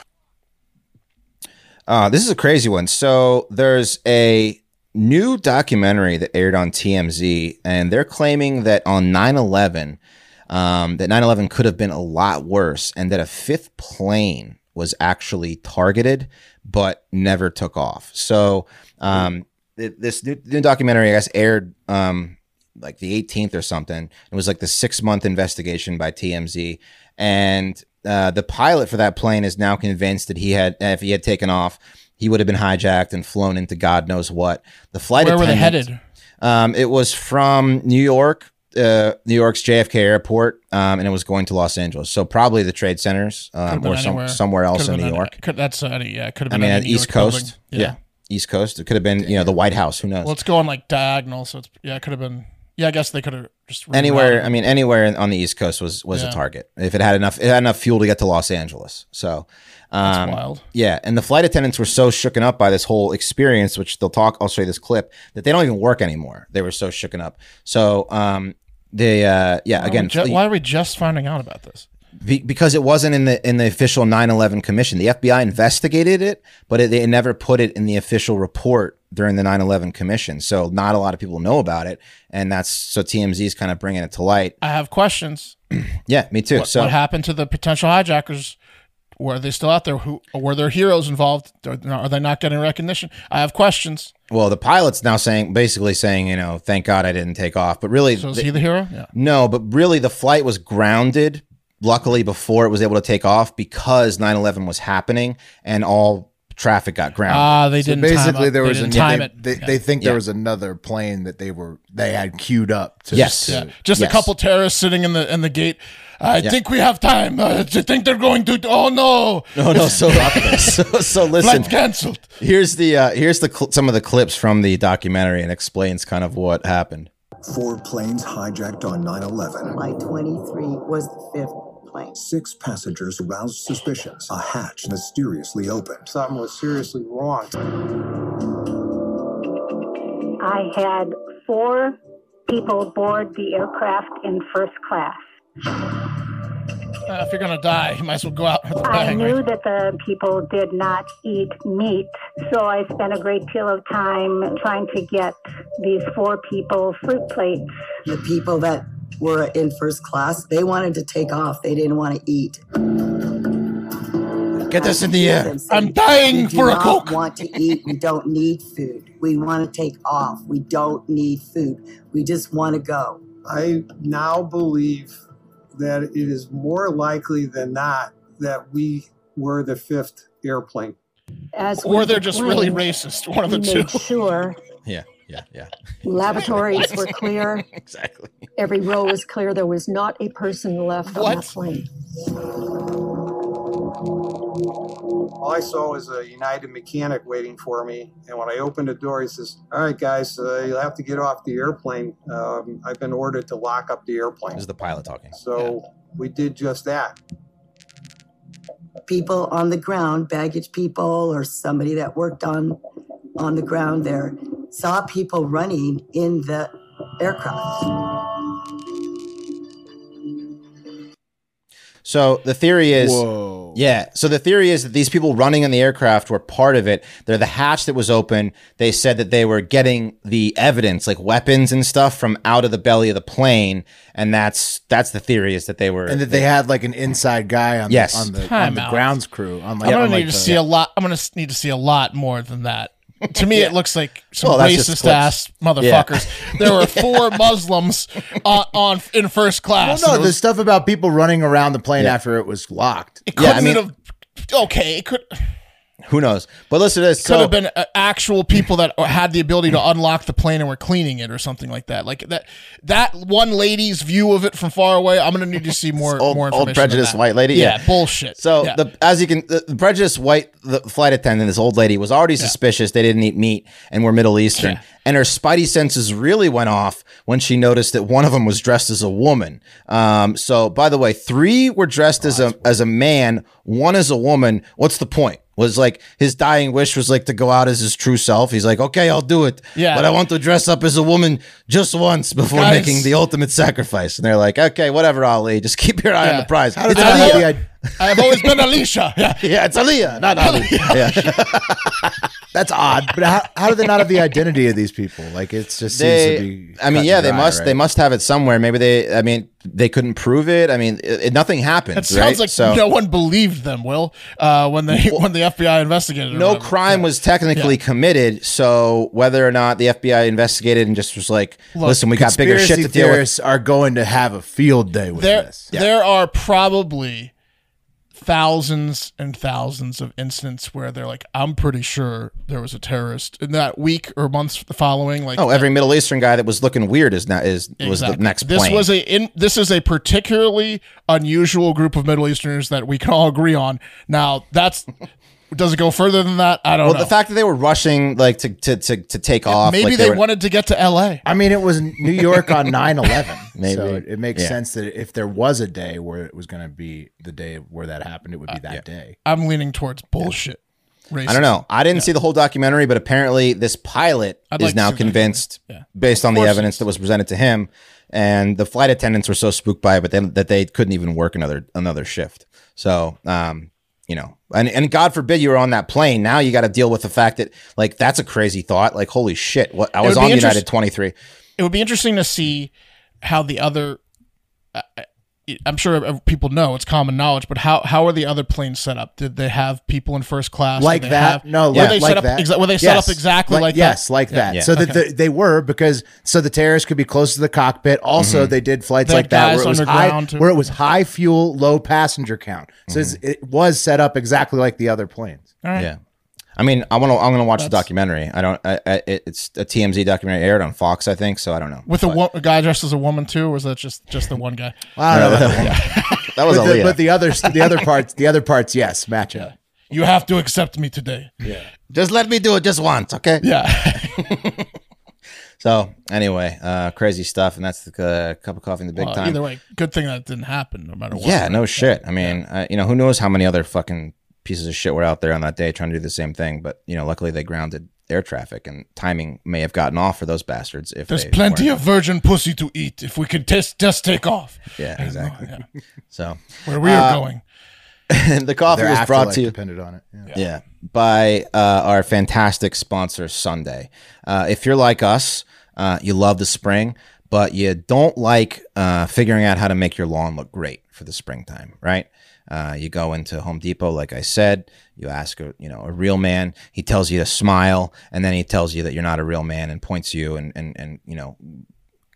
S1: Uh, this is a crazy one. So there's a new documentary that aired on TMZ, and they're claiming that on 9 11, um, that 9 11 could have been a lot worse, and that a fifth plane was actually targeted but never took off. So um, th- this new, new documentary, I guess, aired um, like the 18th or something. It was like the six month investigation by TMZ, and uh, the pilot for that plane is now convinced that he had if he had taken off, he would have been hijacked and flown into God knows what. The flight
S2: Where were they
S1: attendant-
S2: headed?
S1: Um, it was from New York. Uh, New York's JFK Airport, um, and it was going to Los Angeles. So probably the trade centers um,
S2: Could've been
S1: or some,
S2: anywhere.
S1: somewhere else
S2: Could've
S1: in
S2: been
S1: New
S2: on-
S1: York.
S2: Could, that's any, yeah. Could have
S1: I
S2: been
S1: mean,
S2: on
S1: at
S2: the New
S1: East
S2: York
S1: Coast.
S2: building.
S1: Yeah. East Coast. It could have been, you know, the White House. Who knows?
S2: Well, it's going like diagonal, so it's yeah. It could have been yeah. I guess they could have just rerouted
S1: anywhere
S2: it.
S1: i mean anywhere on the east coast was was
S2: Yeah.
S1: a target if it had enough it had enough fuel to get to los angeles so um,
S2: wild.
S1: yeah and the flight attendants were so shooken up by this whole experience which they'll talk i'll show you this clip that they don't even work anymore they were so shooken up so um they uh yeah
S2: Why are we
S1: again
S2: ju- why are we just finding out about this?
S1: be- because it wasn't in the in the official 9/11 commission. The FBI investigated it, but it, they never put it in the official report during the 9/11 commission. So not a lot of people know about it, and that's so TMZ is kind of bringing it to light.
S2: I have questions.
S1: Yeah, me too. so
S2: what happened to the potential hijackers? Were they still out there? Who were their heroes involved? Are, are they not getting recognition? I have questions.
S1: well, the pilot's now saying basically saying, you know, thank God I didn't take off. But really,
S2: So is
S1: the-
S2: he the hero? Yeah.
S1: no, but really the flight was grounded luckily before it was able to take off because 9/11 was happening and all traffic got grounded.
S2: Ah, they didn't. time
S3: Basically,
S2: up-
S3: there
S2: they
S3: was
S2: didn't
S3: an,
S2: time
S3: they,
S2: it.
S3: They,
S2: Yeah.
S3: they think there
S1: Yeah.
S3: was another plane that they were they had queued up. To,
S1: Yes.
S3: to-
S2: Yeah, just a
S1: Yes.
S2: couple terrorists sitting in the in the gate. I think we have time. Uh, I think they're going to. Oh no,
S1: no, no, so so, so listen.
S2: flight canceled.
S1: Here's the uh, here's the cl- some of the clips from the documentary and explains kind of what happened.
S6: Four planes hijacked on 9 11.
S7: Flight 23 was the fifth plane.
S6: Six passengers aroused suspicions. A hatch mysteriously opened.
S8: something was seriously wrong.
S9: I had four people board the aircraft in first class.
S2: Uh, if you're gonna die, you might as well go out with a
S9: I
S2: bang.
S9: knew
S2: Right?
S9: that the people did not eat meat, so I spent a great deal of time trying to get these four people fruit plates.
S7: The people that were in first class, they wanted to take off. They didn't want to eat.
S1: Get this in the air.
S7: Them saying,
S2: I'm dying
S7: "We
S2: for a
S7: do not
S2: Coke."
S7: want to eat. We don't need food. We want to take off. We don't need food. We just want to go.
S8: I now believe that it is more likely than not that we were the fifth airplane.
S9: As we
S2: Or they're just really
S9: declined,
S2: racist. One of
S9: we
S2: the two.
S9: made sure
S1: Yeah, yeah, yeah.
S9: laboratories were clear,
S1: Exactly.
S9: every row was clear, there was not a person left on
S2: What?
S9: that plane.
S8: All I saw was a United mechanic waiting for me. And when I opened the door, he says, All right, guys, uh, you'll have to get off the airplane. Um, I've been ordered to lock up the
S1: This
S8: airplane.
S1: is the pilot talking.
S8: So we did just that.
S7: People on the ground, baggage people or somebody that worked on on the ground there, saw people running in the aircraft.
S1: So the theory is.
S3: Whoa.
S1: Yeah. So the theory is that these people running in the aircraft were part of it. They're the hatch that was open. They said that they were getting the evidence, like weapons and stuff, from out of the belly of the plane, and that's that's the theory is that they were.
S3: And that they had like an inside guy on
S1: Yes.
S3: the, on the, on
S2: Time
S3: the
S2: out.
S3: grounds crew. On like,
S2: I'm gonna
S3: on,
S2: need
S3: like,
S2: to
S3: the-
S2: see a lot. I'm gonna s- need to see a lot more than that. To me, it looks like some
S1: Well, that's just
S2: racist
S1: clips.
S2: ass motherfuckers. There were four Muslims on, on in first class.
S3: Well,
S2: and
S3: Oh, no,
S2: it
S3: the
S2: was-
S3: stuff about people running around the plane after it was locked.
S2: it
S1: Yeah, I
S2: couldn't
S1: mean-
S2: have. Okay, it could.
S1: Who knows? But listen to this.
S2: could
S1: so-
S2: have been uh, actual people that had the ability to unlock the plane and were cleaning it or something like that. Like that that one lady's view of it from far away. I'm gonna need to see more more information.
S1: old
S2: on
S1: prejudiced
S2: that.
S1: white lady.
S2: Yeah, bullshit.
S1: So
S2: Yeah.
S1: the as you can, the, the prejudiced white the flight attendant, this old lady was already suspicious they didn't eat meat and were Middle Eastern, and her spidey senses really went off when she noticed that one of them was dressed as a woman. Um, so by the way, three were dressed as a as a man, one as a woman. What's the point? Was like his dying wish was like to go out as his true self. He's like, okay, I'll do it.
S2: Yeah.
S1: But I want to dress up as a woman just once before
S2: Guys.
S1: making the ultimate sacrifice. And they're like, okay, whatever, Ali, just keep your eye on
S2: Yeah.
S1: the prize.
S3: How did
S1: It's
S3: that
S1: Aliyah.
S3: have the idea?
S2: I've always been Alicia. Yeah.
S1: Yeah, it's Aliyah, not Ali. yeah.
S3: That's odd. But how, how do they not have the identity of these people? Like it's just seems to
S1: They,
S3: be.
S1: I mean,
S3: cut
S1: yeah,
S3: and
S1: they
S3: dry,
S1: must.
S3: right?
S1: They must have it somewhere. Maybe they. I mean, they couldn't prove it. I mean, it, it- nothing happened.
S2: It sounds
S1: right?
S2: like
S1: so,
S2: no one believed them, Will, uh, when they when the FBI investigated. or
S1: no
S2: whatever.
S1: crime was technically committed. So whether or not the FBI investigated and just was like, listen, we got bigger shit
S3: Conspiracy
S1: to deal with.
S3: theorists are going to have a field day with
S2: there,
S3: this.
S2: there are probably thousands and thousands of incidents where they're like, I'm pretty sure there was a terrorist in that week or months following. Like,
S1: Oh, every Middle Eastern guy that was looking weird is now is was the
S2: Exactly.
S1: next plane.
S2: This was a in, this is a particularly unusual group of Middle Easterners that we can all agree on. Now, that's does it go further than that? I don't
S1: well,
S2: know.
S1: the fact that they were rushing like to to to, to take off.
S2: Maybe
S1: like,
S2: they,
S1: were-
S2: wanted to get to L.A.
S3: I mean, it was New York on 9 11.
S1: Maybe.
S3: So it, it makes
S1: Yeah.
S3: sense that if there was a day where it was going to be the day where that happened, it would
S1: Uh,
S3: be that day.
S2: I'm leaning towards bullshit.
S1: I don't know. I didn't see the whole documentary, but apparently this pilot
S2: I'd
S1: is
S2: like to
S1: now
S2: see the
S1: convinced,
S2: documentary.
S1: based on the
S2: course
S1: evidence that was presented to him, and the flight attendants were so spooked by it, but then that they couldn't even work another another shift. So, um, you know, and and God forbid you were on that plane. Now you got to deal with the fact that like that's a crazy thought. Like holy shit, what I
S2: It
S1: was
S2: would be
S1: on United
S2: interest-
S1: twenty three.
S2: it would be interesting to see how the other I- I- I'm sure uh, people know it's common knowledge, but how how are the other planes set up? Did they have people in first class? Did
S3: Like
S2: they
S3: that?
S2: have-
S3: No,
S2: were
S3: like,
S2: they
S3: like
S2: set up
S3: that.
S2: exa- were they set
S3: Yes.
S2: up exactly like, that?
S3: Yes, like that.
S1: Yeah.
S3: So that the, they were because so the terrorists could be close to the cockpit. Also,
S1: Mm-hmm.
S3: they did flights
S2: They had
S3: like that
S2: guys
S3: where it, was high,
S2: underground, too.
S3: where it was high fuel, low passenger count. So it's
S1: Mm-hmm.
S3: it was set up exactly like the other planes.
S1: Yeah. I mean, I want to. I'm going to watch the documentary. I don't. I, I, it's a TMZ documentary aired on Fox, I think. So I don't know.
S2: With a, wo- a guy dressed as a woman too, or was that just just the one guy?
S3: I don't know.
S1: That was
S3: But the,
S1: Aaliyah.
S3: but the other the other parts the other parts yes match up.
S2: You have to accept me today.
S1: just let me do it just once, okay?
S2: Yeah,
S1: So anyway, uh, crazy stuff, and that's the uh, cup of coffee in the big
S2: Well,
S1: time.
S2: either way, good thing that didn't happen. No matter what.
S1: yeah, no shit. I mean, uh, you know, who knows how many other fucking pieces of shit were out there on that day trying to do the same thing? But you know, luckily they grounded air traffic, and timing may have gotten off for those bastards. If
S2: There's
S1: they
S2: plenty
S1: weren't-
S2: of virgin pussy to eat if we can test just take off.
S1: yeah, exactly. So
S2: Where we
S3: Uh,
S2: are going.
S1: the coffee
S3: Their
S1: was brought
S3: afterlife
S1: to you.
S3: depended on it. Yeah.
S1: yeah by uh, our fantastic sponsor sunday uh, if you're like us uh, you love the spring but you don't like uh, figuring out how to make your lawn look great for the springtime right uh, you go into home depot like i said you ask a, you know a real man he tells you to smile and then he tells you that you're not a real man and points you and and, and you know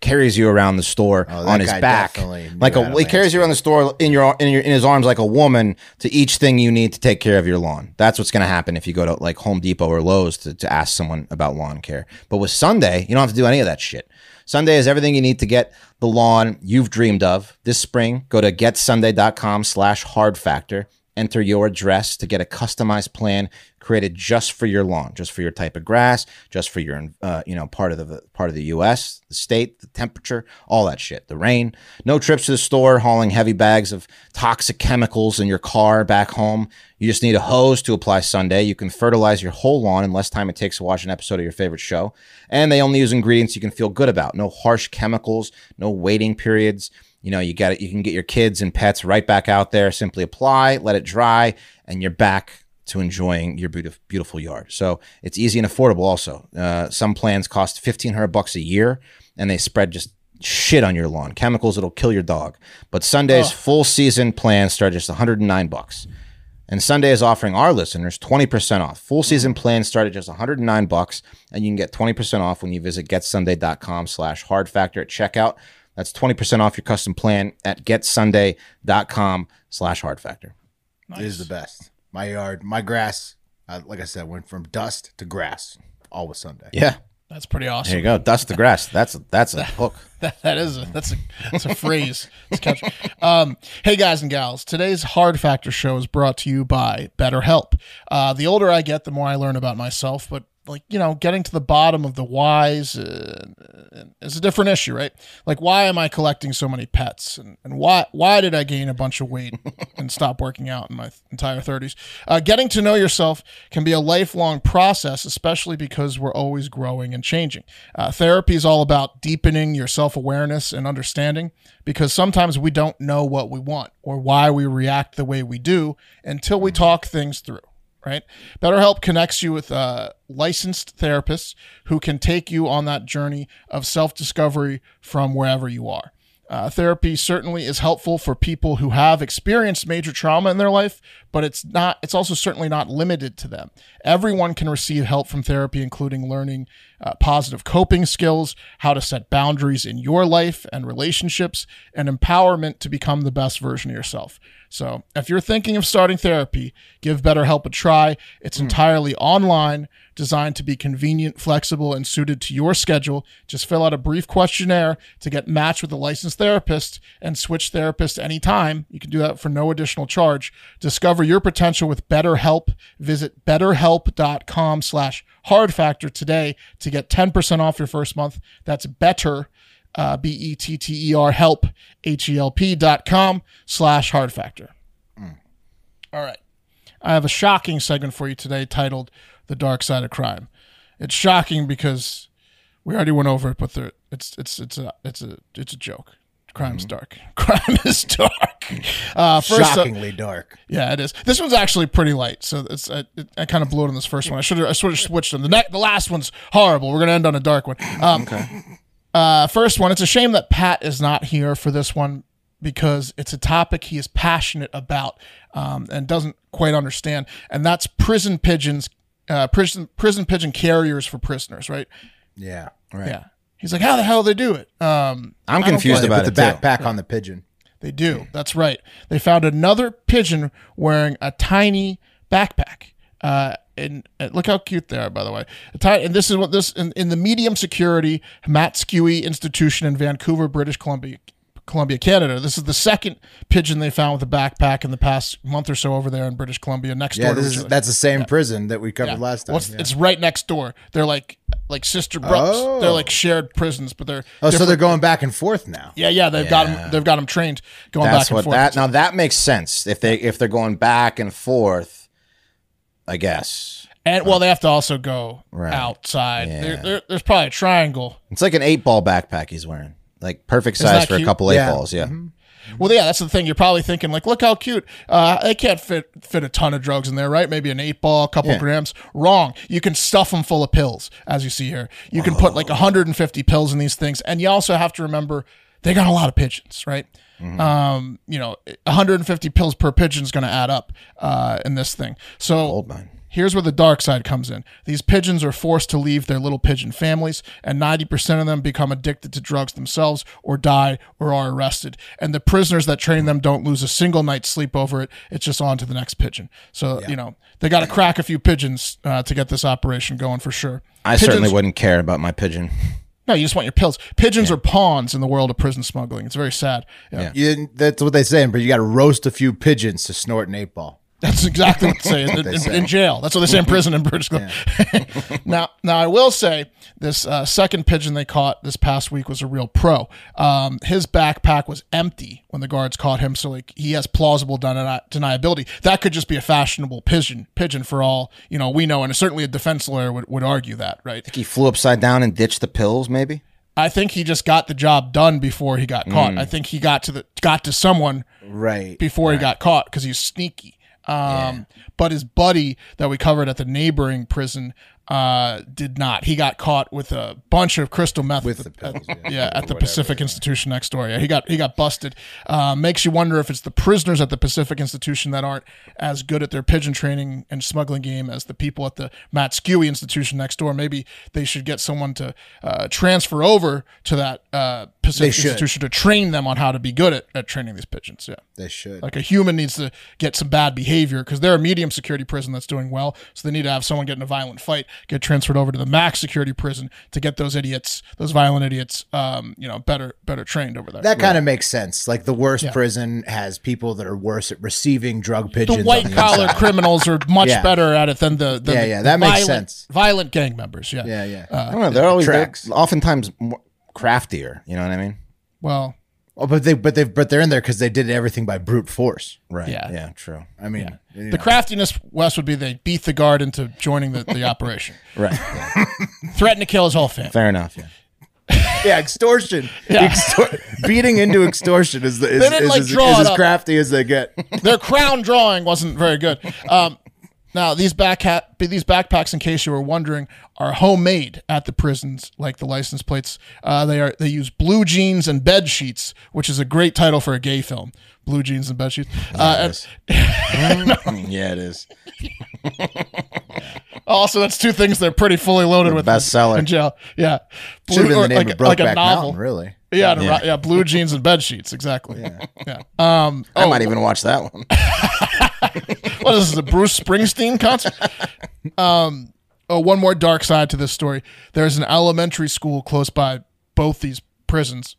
S1: carries you around the store
S3: Oh, that
S1: on his
S3: guy
S1: back
S3: definitely knew
S1: like a
S3: how to
S1: he carries you around the store in your in your in his arms like a woman to each thing you need to take care of your lawn that's what's going to happen if you go to like home depot or lowes to, to ask someone about lawn care but with sunday you don't have to do any of that shit sunday is everything you need to get the lawn you've dreamed of this spring go to getsunday.com slash hard factor enter your address to get a customized plan created just for your lawn, just for your type of grass, just for your uh, you know part of the part of the U.S., the state, the temperature, all that shit, the rain. No trips to the store, hauling heavy bags of toxic chemicals in your car back home. You just need a hose to apply Sunday. You can fertilize your whole lawn in less time it takes to watch an episode of your favorite show, and they only use ingredients you can feel good about. No harsh chemicals, no waiting periods. You know, you got it. You can get your kids and pets right back out there. Simply apply, let it dry, and you're back to enjoying your beautiful, beautiful yard. So it's easy and affordable. Also, uh, some plans cost fifteen hundred bucks a year, and they spread just shit on your lawn, chemicals that'll kill your dog. But Sunday's full season plans start just one hundred and nine bucks. And Sunday is offering our listeners 20% off. Full season
S2: Mm-hmm.
S1: plans start at just 109 bucks, and you can get 20% off when you visit getsunday.com slash hard factor at checkout. That's 20% off your custom plan at getsunday.com slash hard factor.
S3: It is the best. My yard, my grass Uh, like I said, went from dust to grass, all with Sunday.
S1: Yeah.
S2: That's pretty awesome.
S1: There you go. Dust the grass. That's a, that's a hook.
S2: That, that is a, that's a that's a phrase. It's catchy. Um, hey guys and gals, today's Hard Factor show is brought to you by BetterHelp. Uh, the older I get, the more I learn about myself, but like you know, getting to the bottom of the whys uh, is a different issue, right? Like, why am I collecting so many pets, and, and why why did I gain a bunch of weight and stop working out in my th- entire thirties? Uh, getting to know yourself can be a lifelong process, especially because we're always growing and changing. Uh, therapy is all about deepening your self awareness and understanding, because sometimes we don't know what we want or why we react the way we do until we talk things through right? BetterHelp connects you with uh, licensed therapists who can take you on that journey of self discovery from wherever you are. Uh, therapy certainly is helpful for people who have experienced major trauma in their life, but it's not. It's also certainly not limited to them. Everyone can receive help from therapy, including learning uh, positive coping skills, how to set boundaries in your life and relationships, and empowerment to become the best version of yourself. So, if you're thinking of starting therapy, give BetterHelp a try. It's entirely online, designed to be convenient, flexible, and suited to your schedule. Just fill out a brief questionnaire to get matched with a licensed therapist and switch therapist anytime. You can do that for no additional charge. Discover your potential with BetterHelp. Visit betterhelp.com slash hard factor today to get 10% off your first month. That's better, uh, B-E-T-T-E-R, help, H-E-L-P dot com slash hard factor. All right. I have a shocking segment for you today titled The Dark Side of Crime. It's shocking because we already went over it, but there, it's it's it's a it's a it's a joke. Crime's dark. Crime is dark. Uh, first up-
S3: Shockingly dark.
S2: yeah, it is. This one's actually pretty light, so it's I, it, I kind of blew it on this first one. I should I should have switched them. The ne- the last one's horrible. We're gonna end on a dark one. Um, okay. Uh, first one. It's a shame that Pat is not here for this one because it's a topic he is passionate about um, and doesn't quite understand, and that's prison pigeons, uh, prison prison pigeon carriers for prisoners, right?
S3: Yeah. Right.
S2: Yeah. He's like, how the hell they do it? Um, I
S1: I'm
S2: don't
S1: confused
S2: get
S1: about
S3: With
S1: it
S3: the
S1: too.
S3: backpack on the pigeon.
S2: They do. That's right. They found another pigeon wearing a tiny backpack. Uh, and uh, look how cute they are, by the way. A tiny, and this is what this in, in the medium security Matskewi Institution in Vancouver, British Columbia, Columbia, Canada. This is the second pigeon they found with a backpack in the past month or so over there in British Columbia, next
S3: Yeah,
S2: door to
S3: this
S2: each
S3: is,
S2: other.
S3: that's the same prison that we covered last time.
S2: Well, it's,
S3: yeah.
S2: it's right next door. They're like like sister brothers. They're like shared prisons, but they're
S3: oh, so
S2: different.
S3: they're going back and forth now.
S2: yeah yeah they've got 'em got them they've got them trained going
S1: That's
S2: back and
S1: what
S2: forth.
S1: that. Now that makes sense. If they if they're going back and forth, I guess
S2: And well, they have to also go
S1: Right.
S2: outside. There, there, there's probably a triangle.
S1: it's like an eight ball backpack he's wearing, like perfect
S2: Isn't
S1: size
S2: that
S1: for a
S2: cute?
S1: couple eight
S3: Yeah. Mm-hmm.
S1: balls. Yeah.
S2: Well, yeah, that's the thing. You're probably thinking like, look how cute. Uh, they can't fit fit a ton of drugs in there, right? Maybe an eight ball, a couple grams. Wrong. You can stuff them full of pills, as you see here. You can put like 150 pills in these things, and you also have to remember they got a lot of pigeons, right? Um, you know, 150 pills per pigeon is going to add up uh, in this thing. So Here's where the dark side comes in. These pigeons are forced to leave their little pigeon families, and 90% of them become addicted to drugs themselves or die or are arrested. And the prisoners that train them don't lose a single night's sleep over it. It's just on to the next pigeon. So, you know, they got to crack a few pigeons uh, to get this operation going for sure.
S1: I
S2: Pigeons-
S1: certainly wouldn't care about my pigeon.
S2: No, you just want your pills. Pigeons are pawns in the world of prison smuggling. It's very sad. Yeah.
S3: You didn't- that's what they say, but you got to roast a few pigeons to snort an eight ball.
S2: That's exactly what they say in, in- in jail. That's what they say in prison in British Columbia. now, now I will say this uh, second pigeon they caught this past week was a real pro. Um, his backpack was empty when the guards caught him, so like he has plausible deni- deniability. That could just be a fashionable pigeon. Pigeon for all you know, we know, and certainly a defense lawyer would, would argue that, right?
S1: He flew upside down and ditched the pills. Maybe
S2: I think he just got the job done before he got caught. I think he got to the got to someone
S3: Right.
S2: before he got caught because he's sneaky. Um, But his buddy that we covered at the neighboring prison uh, did not. He got caught with a bunch of crystal meth
S3: With
S2: at
S3: the pills,
S2: at- yeah, at the Pacific Institution next door. Yeah, he got he got busted. Uh, makes you wonder if it's the prisoners at the Pacific Institution that aren't as good at their pigeon training and smuggling game as the people at the Matskewi Institution next door. Maybe they should get someone to uh, transfer over to that. Uh, Pacific
S3: should.
S2: Institution to train them on how to be good at, at training these pigeons. Yeah.
S3: They should.
S2: Like a human needs to get some bad behavior because they're a medium security prison that's doing well. So they need to have someone get in a violent fight, get transferred over to the max security prison to get those idiots, those violent idiots, um, you know, better better trained over there.
S3: That kind of makes sense. Like the worst
S2: Yeah.
S3: prison has people that are worse at receiving drug
S2: the
S3: pigeons. on
S2: white collar
S3: inside.
S2: criminals are much
S3: Yeah.
S2: better at it than the, than
S3: Yeah,
S2: the-
S3: yeah,
S2: the
S3: that makes
S2: violent-
S3: sense.
S2: Violent gang members, yeah,
S3: Yeah, yeah.
S1: I
S2: Uh,
S1: don't know. They're always they're
S3: Tracks.
S1: oftentimes more craftier. You know what I mean?
S2: well,
S3: Oh, but they but they but they're in there because they did everything by brute force.
S1: Right.
S2: Yeah.
S1: Yeah. True.
S3: I mean, you
S2: the
S3: know,
S2: craftiness West would be they beat the guard into joining the, the operation,
S1: Right.
S2: threaten to kill his whole family.
S1: Fair enough. Yeah.
S3: yeah, extortion, Extor- beating into extortion is the is,
S2: They didn't,
S3: is,
S2: like,
S3: is-
S2: draw
S3: is
S2: it
S3: as
S2: up.
S3: crafty as they get.
S2: Their crown drawing wasn't very good. Um, now these back hat, these backpacks, in case you were wondering, are homemade at the prisons, like the license plates. Uh, they are they use blue jeans and bed sheets, which is a great title for a gay film. Blue jeans and bed sheets. Uh, and-
S1: yeah, it is.
S2: Also, that's two things they're pretty fully loaded with. in-
S1: bestseller.
S2: in jail. Yeah,
S3: Should have been
S2: or
S3: the name
S2: like
S3: of
S2: a- like a
S3: Brokeback
S2: novel.
S3: Mountain, really.
S2: Yeah, yeah. yeah, blue jeans and bed sheets. Exactly. Yeah. Um.
S1: I
S2: Oh,
S1: might even watch that one.
S2: what is this? A Bruce Springsteen concert? um. Oh, one more dark side to this story. There's an elementary school close by both these prisons.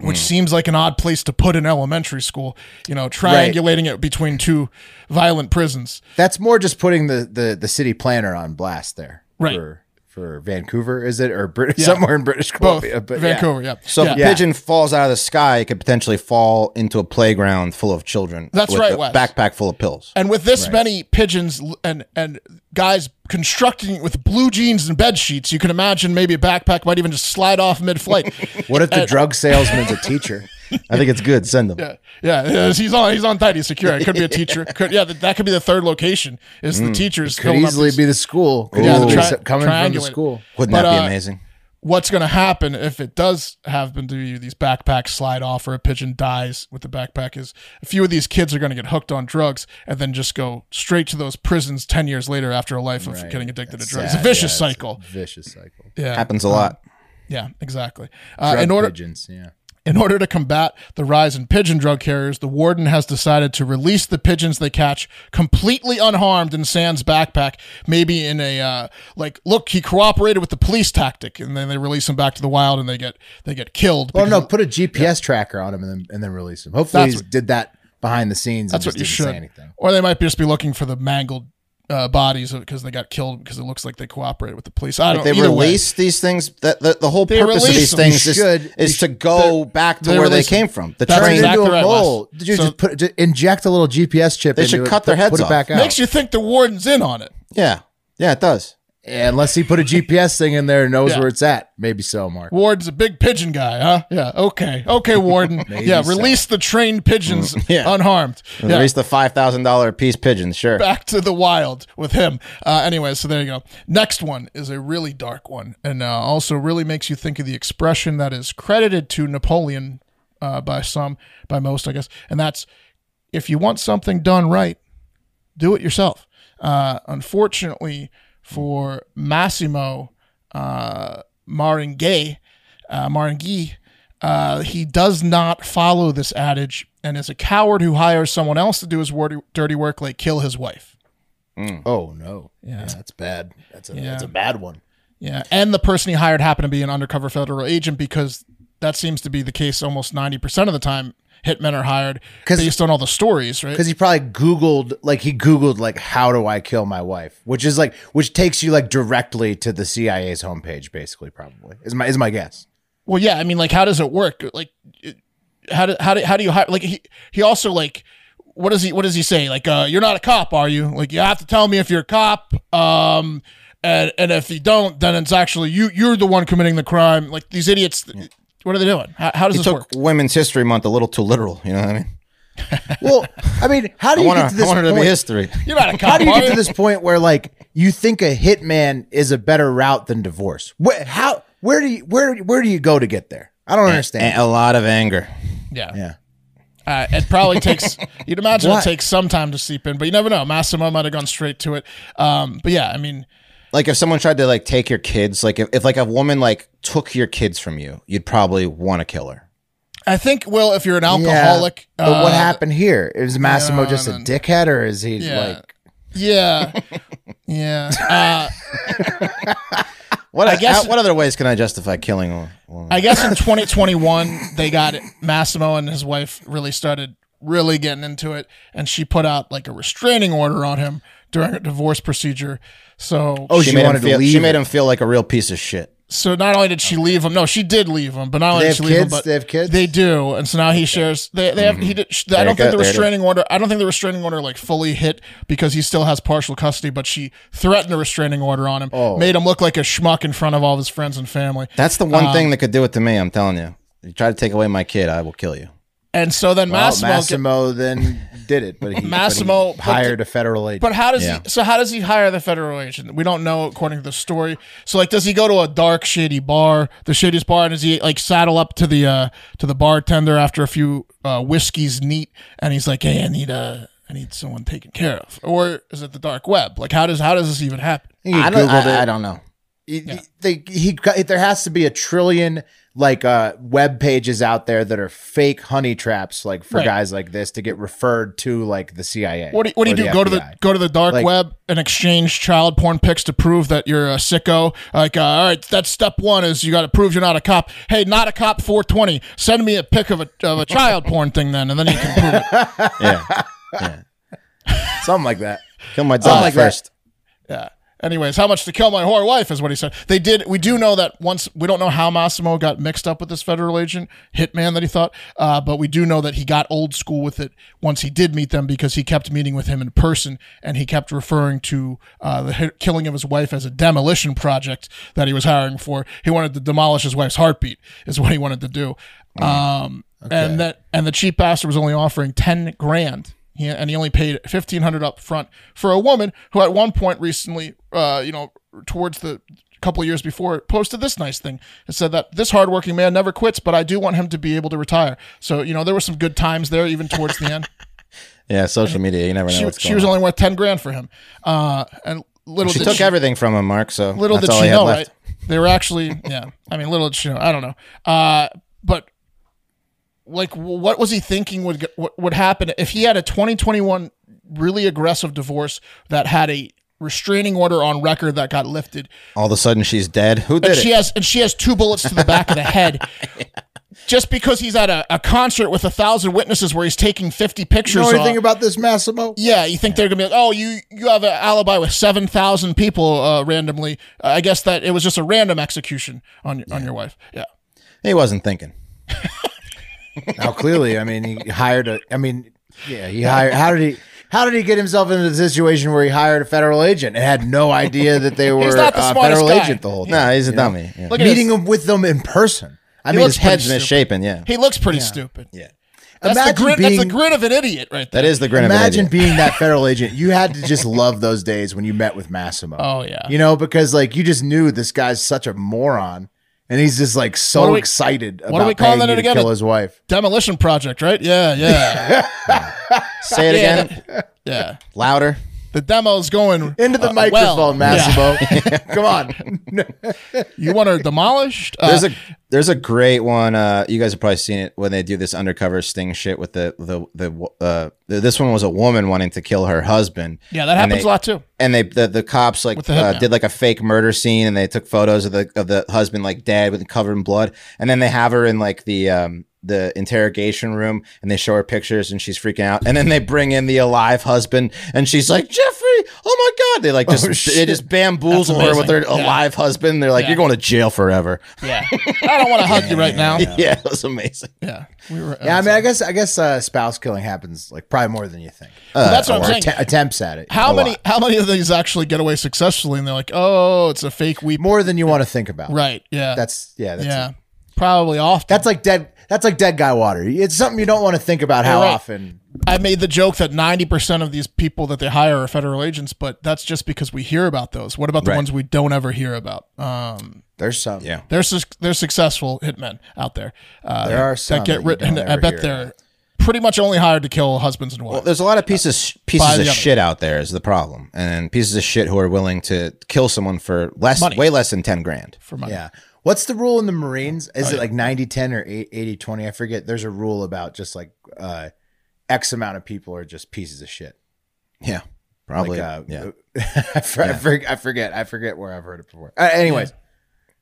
S2: Which
S3: Hmm.
S2: seems like an odd place to put an elementary school, you know, triangulating it between two violent prisons.
S3: That's more just putting the the, the city planner on blast there.
S2: Right.
S3: For, for Vancouver, is it or Brit- somewhere in British
S2: Both
S3: Columbia? but yeah.
S2: Vancouver, yeah.
S1: So if a
S3: Yeah.
S1: pigeon falls out of the sky, it could potentially fall into a playground full of children.
S2: That's
S1: with
S2: right,
S1: a
S2: Wes.
S1: Backpack full of pills.
S2: And with this many pigeons l- and and guys constructing it with blue jeans and bed sheets, you can imagine maybe a backpack might even just slide off mid-flight.
S3: What if the drug salesman's a teacher?
S1: I think it's good. Send them.
S2: yeah, yeah, yeah, he's on he's on tight. He's secure. It could be a teacher. Could, yeah, that, that could be the third location. Is the
S3: Mm,
S2: teachers
S3: Could
S2: filling up
S3: easily
S2: these-
S3: be the school. Could
S2: Yeah,
S3: easily
S2: the
S3: be
S2: tri-
S3: so- coming from the
S2: triangulate.
S3: school.
S1: Wouldn't
S2: But,
S1: that
S2: uh,
S1: be amazing?
S2: what's going to happen if it does happen to you? These backpacks slide off, or a pigeon dies with the backpack. Is a few of these kids are going to get hooked on drugs and then just go straight to those prisons ten years later after a life of getting addicted to drugs.
S3: sad.
S2: It's a vicious
S3: Yeah, it's a
S2: cycle.
S3: Vicious cycle.
S2: Yeah,
S1: Happens a lot.
S2: Yeah, exactly. Uh,
S3: Drug
S2: in order
S3: pigeons, yeah.
S2: in order to combat the rise in pigeon drug carriers, the warden has decided to release the pigeons they catch completely unharmed in Sand's backpack, maybe in a uh, like look he cooperated with the police tactic, and then they release him back to the wild and they get they get killed.
S3: Well, no,
S2: because-
S3: put a GPS tracker on him and then, and then release him. Hopefully,
S2: That's
S3: he
S2: what-
S3: did that behind the scenes.
S2: that's
S3: and
S2: what
S3: just
S2: you
S3: didn't Say
S2: should.
S3: anything.
S2: Or they might just be looking for the mangled uh, bodies because they got killed because it looks like they cooperated with the police. I don't.
S1: They
S2: either way.
S1: release these things. That the, the whole
S2: They
S1: purpose of
S2: release
S1: these
S2: them.
S1: things
S3: You
S1: is,
S3: should-
S1: is
S3: you
S1: to go back to
S2: they
S1: where they
S2: release
S1: came
S2: them.
S1: from. The
S2: That's
S3: Turn
S1: train.
S3: it
S2: exactly
S3: into a
S2: right,
S3: mole.
S2: Wes.
S3: Did you
S2: So-
S3: just put just inject a little GPS chip?
S1: They
S3: into
S1: should
S3: it,
S1: cut their
S3: put-
S1: heads
S3: Put it
S1: off.
S3: back out.
S2: Makes you think the warden's in on it.
S1: Yeah. Yeah, it does.
S3: Yeah, unless he put a GPS thing in there and knows
S2: Yeah.
S3: where it's at. Maybe so, Mark.
S2: Warden's a big pigeon guy, huh? Yeah. Okay. Okay, Warden. yeah.
S3: so.
S2: Release the trained pigeons
S1: yeah.
S2: unharmed.
S1: At
S2: Yeah.
S1: least the five thousand dollar piece pigeon. Sure.
S2: Back to the wild with him. Uh, anyway, so there you go. Next one is a really dark one, and uh, also really makes you think of the expression that is credited to Napoleon uh, by some, by most, I guess, and that's if you want something done right, do it yourself. Uh, unfortunately, for Massimo uh, Marenghi, uh, Marenghi, uh, he does not follow this adage and is a coward who hires someone else to do his wor- dirty work, like kill his wife.
S3: Oh no.
S2: Yeah.
S3: that's bad. That's a
S2: Yeah.
S3: that's a bad one.
S2: Yeah, and the person he hired happened to be an undercover federal agent because that seems to be the case almost ninety percent of the time. Hitmen are hired
S3: 'Cause-
S2: based on all the stories, right?
S3: Because he probably Googled like he Googled like how do I kill my wife, which is like which takes you like directly to the CIA's homepage, basically. Probably is my is my guess.
S2: Well, yeah, I mean, like, how does it work? Like, it- how do how do how do you hire? Like, he he also like, what does he what does he say? Like, uh, you're not a cop, are you? Like, you have to tell me if you're a cop. Um, and and if you don't, then it's actually you you're the one committing the crime. Like these idiots, what are they doing? How, how does
S1: He
S2: this
S1: took
S2: work?
S1: Women's History Month a little too literal. You know what I mean?
S3: Well, I mean, how do
S1: I
S3: you
S1: want,
S3: get to
S1: her, I
S3: this
S1: want her to
S3: point?
S1: be history.
S2: You're not a cop.
S3: how do you
S2: are
S3: get to this point where like you think a hitman is a better route than divorce? Where, how where do you where where do you go to get there? I don't
S1: And
S3: understand.
S1: a lot of anger.
S2: Yeah.
S3: Yeah.
S2: Uh, it probably takes. You'd imagine
S3: What?
S2: it takes some time to seep in, but you never know. Massimo might have gone straight to it. Um, but yeah, I mean,
S1: like if someone tried to like take your kids, like if, if like a woman like took your kids from you, you'd probably want to kill her.
S2: I think, well, if you're an
S3: Yeah,
S2: alcoholic,
S3: But what
S2: uh,
S3: happened here? Is Massimo just a dickhead, or is he
S2: Yeah.
S3: like?
S2: Yeah, yeah. Uh,
S1: What
S2: I
S1: I
S2: guess-
S1: guess what other ways can I justify killing a woman?
S2: I guess in 2021 they got it. Massimo and his wife really started really getting into it, and she put out like a restraining order on him during a divorce procedure. So
S1: she, made him feel, She made him feel like a real piece of shit.
S2: So not only did she leave him, no, she did leave him, but not only
S1: They
S2: did
S1: have
S2: she leave him,
S1: kids?
S2: but
S1: They have kids? Mm-hmm.
S2: They do, and so now he shares. They, they have. He did, sh I
S1: There
S2: don't
S1: you go,
S2: think the
S1: there it is.
S2: restraining order. I don't think the restraining order like fully hit because he still has partial custody. But she threatened a restraining order on him,
S1: Oh.
S2: made him look like a schmuck in front of all of his friends and family.
S1: That's the one
S2: Um,
S1: thing that could do it to me. I'm telling you. You try to take away my kid, I will kill you.
S2: And so then
S3: Well,
S2: Massimo, get-
S3: Massimo then did it, but he, but he
S2: Massimo- but-
S3: hired a federal agent.
S2: But how does
S1: Yeah.
S2: he? So how does he hire the federal agent? We don't know according to the story. So like, does he go to a dark, shady bar, the shadiest bar, and does he like saddle up to the uh to the bartender after a few uh whiskeys neat, and he's like, hey, I need a. I need someone taken care of, or is it the dark web? Like, how does how does this even happen?
S3: He
S1: I don't,
S3: Googled it.
S1: I, I don't know.
S3: He- he- they, he got- there has to be a trillion like uh, web pages out there that are fake honey traps, like for
S2: Right.
S3: guys like this to get referred to like the CIA.
S2: What do you, what do you
S3: or
S2: do?
S3: the
S2: Go to
S3: FBI.
S2: the go to the dark
S3: Like-
S2: web and exchange child porn pics to prove that you're a sicko. Like, uh, all right, that's step one is you got to prove you're not a cop. Hey, not a cop. Four twenty. Send me a pic of a of a child porn thing then, and then you can prove it.
S1: Yeah. yeah.
S3: something like that.
S1: Kill my dog
S3: like that.
S1: first.
S2: Yeah. Anyways, how much to kill my whore wife is what he said. They did. We do know that once we don't know how Massimo got mixed up with this federal agent hitman that he thought, uh, but we do know that he got old school with it once he did meet them because he kept meeting with him in person and he kept referring to uh, the hit, killing of his wife as a demolition project that he was hiring for. He wanted to demolish his wife's heartbeat is what he wanted to do. Um, and that and the cheap bastard was only offering ten grand. He, and he only paid fifteen hundred up front for a woman who, at one point recently, uh, you know, towards the couple of years before, posted this nice thing and said that this hardworking man never quits, but I do want him to be able to retire. So you know, there were some good times there, even towards the end.
S1: Yeah, social media. You never know
S2: she
S1: what's going
S2: she was
S1: on.
S2: only worth ten grand for him, uh, and little
S1: she
S2: did
S1: took
S2: she,
S1: everything from him, Mark. So
S2: little
S1: that's
S2: did
S1: all
S2: she
S1: he had
S2: know,
S1: left.
S2: right? They were actually, yeah. I mean, little did she know. I don't know. Uh, but like, w- what was he thinking would what would happen if he had a 2021 really aggressive divorce that had a restraining order on record that got lifted,
S1: All of a sudden, she's dead. Who did
S2: and
S1: it?
S2: she has and she has two bullets to the back of the head. Just because he's at a, a concert with a thousand witnesses where he's taking 50 pictures.
S3: You know
S2: off-
S3: anything about this Massimo?
S2: yeah, you think they're gonna be like, oh, you you have an alibi with seven thousand people uh, randomly. Uh, I guess that it was just a random execution on your on your wife. Yeah,
S1: he wasn't thinking.
S3: Now clearly, I mean, he hired a. I mean, yeah, he hired. How did he? How did he get himself into the situation where he hired a federal agent and had no idea that they were
S2: not the
S3: a
S2: smartest
S3: federal
S2: guy.
S3: agent the whole time?
S1: No, he's a dummy. Yeah.
S2: look at
S3: meeting
S2: his,
S3: him with them in person. I
S1: I mean,
S3: mean,
S1: his
S3: it's pretty
S1: head's misshapen. Yeah.
S2: he looks pretty stupid.
S1: Yeah.
S2: That's the,
S3: Imagine
S2: grin, that's
S3: being-
S2: the grin of an idiot right there.
S1: That is the grin
S3: Imagine
S1: of an idiot.
S3: being that federal agent. You had to just love those days when you met with Massimo.
S2: Oh, yeah.
S3: you know because like you just knew this guy's such a moron, and he's just like
S2: What
S3: so
S2: do we-
S3: excited
S2: do
S3: about
S2: we call
S3: paying
S2: that
S3: you to
S2: again?
S3: kill his wife.
S2: Demolition project, right? Yeah, yeah,
S1: Say it
S2: Yeah,
S1: again.
S2: yeah.
S1: Louder.
S2: The demo's going
S3: Into the
S2: uh,
S3: microphone,
S2: well. Yeah.
S3: Massimo. Come on.
S2: You want her demolished? Uh,
S1: There's a there's a great one. Uh, you guys have probably seen it when they do this undercover sting shit with the the the uh, the- this one was a woman wanting to kill her husband.
S2: yeah, that
S1: And
S2: happens a
S1: they-
S2: lot too.
S1: And they the, the cops like
S2: With the
S1: uh,
S2: hitman.
S1: did like a fake murder scene and they took photos of the of the husband like dead with covered in blood and then they have her in like the um the interrogation room and they show her pictures and she's freaking out and then they bring in the alive husband and she's like Jeffrey oh my god they like just they
S3: shit.
S1: just bamboozle
S2: That's
S1: her with her
S2: amazing. Yeah.
S1: alive husband they're like
S2: Yeah.
S1: you're going to jail forever
S2: Yeah, I don't want to hug you right now.
S1: yeah,
S2: Oh, Yeah,
S1: it was amazing.
S2: we were.
S3: yeah, I mean, I guess I guess uh, spouse killing happens like probably more than you think. Uh,
S2: Well, that's what I'm
S3: or
S2: saying.
S3: att- attempts at it.
S2: how
S3: A
S2: many
S3: lot.
S2: how many of these actually get away successfully? And they're like, oh, it's a fake weep.
S3: More than you want to think about.
S2: Right. Yeah.
S3: That's yeah. That's
S2: yeah. Probably often.
S3: That's like dead. That's like dead guy water. It's something you don't want to think about how
S2: You're right.
S3: often.
S2: I made the joke that ninety percent of these people that they hire are federal agents, but that's just because we hear about those. What about the
S1: Right.
S2: ones we don't ever hear about? Um,
S3: There's some.
S1: Yeah.
S2: they're su- they're successful hitmen out there. Uh,
S3: There are some
S2: that get
S3: that you
S2: rid-
S3: don't
S2: and I
S3: ever
S2: bet
S3: hear
S2: they're pretty much only hired to kill husbands and wives.
S1: Well, there's a lot of pieces
S2: By
S1: pieces
S2: the
S1: of
S2: other.
S1: shit out there is the problem, and pieces of shit who are willing to kill someone for less, way less than ten grand.
S2: For money. Oh,
S3: Yeah. What's the rule in the Marines? Is it like 90 10 or 80 20? I forget. There's a rule about just like uh, X amount of people are just pieces of shit.
S1: Yeah, probably.
S3: Like, uh,
S1: yeah,
S3: I, for- I
S1: Yeah.
S3: forg- I forget. I forget where I've heard it before. Uh, anyways,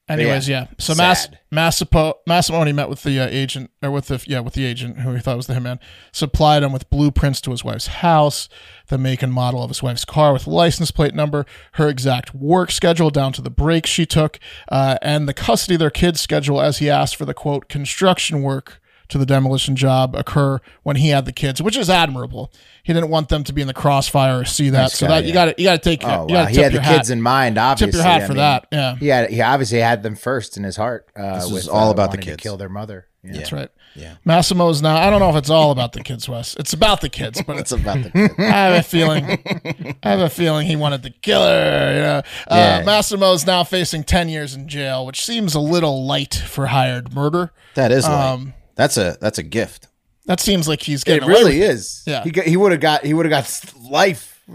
S2: Anyways, yeah. So Mas-
S3: Sad.
S2: Massapo- Massimone met with the uh, agent, or with the yeah, with the agent who he thought was the hitman. Supplied him with blueprints to his wife's house, the make and model of his wife's car with license plate number, her exact work schedule down to the breaks she took, uh, and the custody of their kids schedule as he asked for the quote construction work to the demolition job occur when he had the kids, which is admirable. He didn't want them to be in the crossfire or see that.
S3: Nice
S2: so
S3: guy,
S2: that you
S3: yeah.
S2: got to you got to take
S3: oh
S2: you
S3: wow,
S2: got to
S3: he had the kids
S2: hat.
S3: in mind. Obviously,
S2: Tip your hat
S3: I
S2: for
S3: mean,
S2: that. Yeah.
S3: He had. He obviously had them first in his heart. Uh,
S1: This is
S3: with,
S1: all
S3: uh,
S1: about the
S3: wanting to
S1: kids.
S3: kill their mother. Yeah.
S2: That's right.
S1: Yeah.
S2: Massimo's now. I don't know if it's all about the kids, Wes. It's about the kids, but
S1: it's about the kids.
S2: I have a feeling. I have a feeling he wanted to kill her. You know? uh,
S1: Yeah.
S2: Massimo is now facing ten years in jail, which seems a little light for hired murder.
S1: that is. light.
S2: Um,
S1: that's a that's a gift.
S2: That seems like he's
S3: It
S2: getting away
S3: really
S2: with
S3: is.
S2: Yeah.
S3: He got, he would have got he would have got life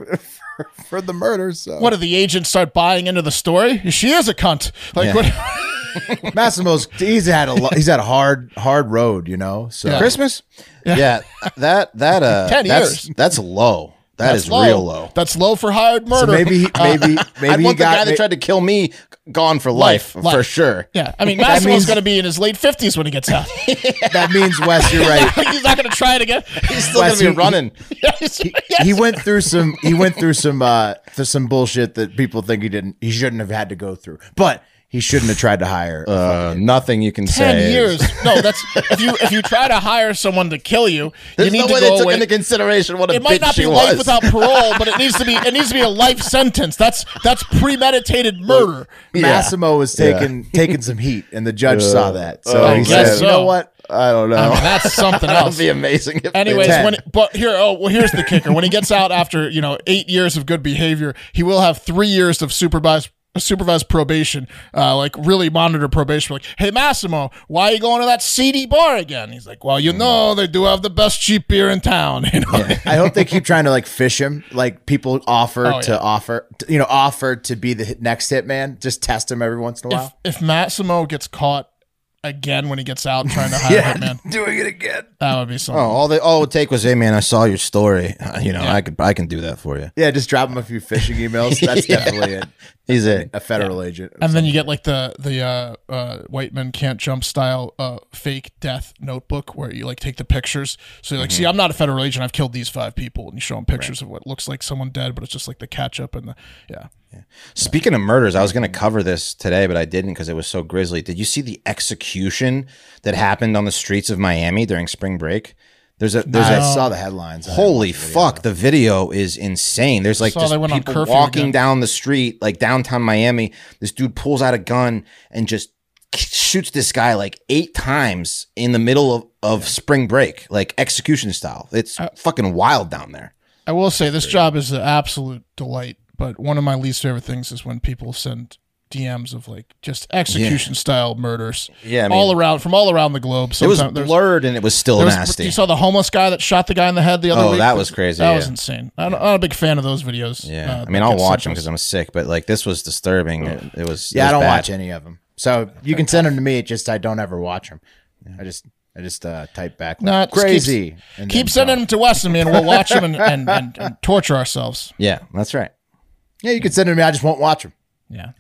S3: for, for the murder. So
S2: What do the agents start buying into the story? She is a cunt. Like
S1: Yeah.
S2: what?
S3: Massimo's he's had a lo- he's had a hard hard road. You know. So
S2: Yeah.
S1: Christmas. Yeah, that that uh,
S2: 10
S1: that's,
S2: years.
S1: That's low.
S2: That's
S1: that's real low.
S2: That's low for hired murder.
S3: So maybe he- maybe maybe
S1: I'd
S3: he
S1: want the
S3: got
S1: guy that
S3: ma-
S1: tried to kill me gone for
S2: Life,
S1: life,
S2: life.
S1: for sure.
S2: Yeah, I mean,
S3: That
S2: Massimo's
S3: means-
S2: going to be in his late fifties when he gets out.
S3: that means Wes, you're right.
S2: he's not going to try it again.
S1: He's still
S3: Wes,
S1: gonna
S3: he-
S1: be running.
S2: Yes, yes.
S3: he went through some he went through some uh through some bullshit that people think he didn't he shouldn't have had to go through but he shouldn't have tried to hire
S1: Uh, nothing you can say.
S2: 10
S1: is-
S2: years. No, that's if you if you try to hire someone to kill you,
S1: There's
S2: you need
S1: no
S2: to
S1: way
S2: go
S1: they took
S2: away.
S1: into consideration what a
S2: it
S1: bitch
S2: might not
S1: she
S2: be
S1: was.
S2: life without parole, but it needs to be it needs to be a life sentence. That's that's premeditated murder.
S3: massimo was taking taking some heat and the judge
S1: Uh,
S3: saw that so
S2: Oh,
S3: he
S2: yeah.
S3: said you know what
S1: I don't know.
S2: I mean, that's something
S1: that would
S2: Um, else.
S1: be amazing. If they
S2: Anyways,
S1: did.
S2: when but here oh well here's the kicker. When he gets out after, you know, 8 years of good behavior, he will have 3 years of supervised supervised probation uh like really monitor probation like hey massimo why are you going to that seedy bar again he's like well you
S1: Mm.
S2: know they do have the best cheap beer in town you know
S3: i hope they keep trying to like fish him like people offer
S2: Oh, yeah.
S3: to offer to, you know offer to be the hit- next hitman just test him every once in a
S2: if
S3: while
S2: if Massimo gets caught again when he gets out trying to hire
S3: Yeah.
S2: Hitman,
S3: doing it again
S2: that would be
S1: oh,
S2: something.
S1: all they all it would take was, hey man, I saw your story. Uh, You know, I could I can do that for you.
S3: yeah just drop him a few phishing emails that's definitely it
S1: He's it.
S3: a federal agent or
S2: and then you get like the the uh, uh, white men can't jump style uh, fake death notebook where you like take the pictures. So you're like,
S1: Mm-hmm.
S2: see, I'm not a federal agent. I've killed these five people, and you show them pictures of what looks like someone dead, but it's just like the catch up and the yeah.
S1: Speaking of murders, I was going to cover this today, but I didn't because it was so grisly. Did you see the execution that happened on the streets of Miami during spring break? There's a there's
S3: I
S1: a
S3: saw the headlines. I didn't
S1: Holy
S3: watch the video.
S1: fuck, the video is insane. There's like
S2: saw
S1: just
S2: they went on
S1: people
S2: curfew
S1: walking
S2: again.
S1: down the street, like downtown Miami. This dude pulls out a gun and just shoots this guy like eight times in the middle of, of spring break, like execution style. It's
S2: Uh,
S1: fucking wild down there.
S2: I will say this job is an absolute delight, but one of my least favorite things is when people send DMs of like just execution style murders.
S1: Yeah, I mean-
S2: all around from all around the globe.
S1: It was
S2: Sometime- there's-
S1: blurred and it was still
S2: There was-
S1: nasty.
S2: You saw the homeless guy that shot the guy in the head the other
S1: Oh,
S2: week.
S1: that was crazy,
S2: That was
S1: yeah.
S2: insane. I don't, I'm not a big fan of those videos.
S1: yeah,
S2: uh,
S1: I mean,
S2: that
S1: I'll
S2: get
S1: watch them
S2: sent to us.
S1: because I'm sick, but like this was disturbing. It, it was. it
S3: Yeah, I
S1: was
S3: don't
S1: bad.
S3: watch any of them. So you can send them to me. It just I don't ever watch them. I just I just uh, type back
S2: Nah,
S3: like,
S2: just keep-
S3: crazy. and then
S2: Keep sending
S3: don't.
S2: them to Wes and me, and we'll watch them and, and, and, and torture ourselves.
S1: Yeah, that's right.
S3: Yeah, you can send them to me. I just won't watch them.
S2: Yeah.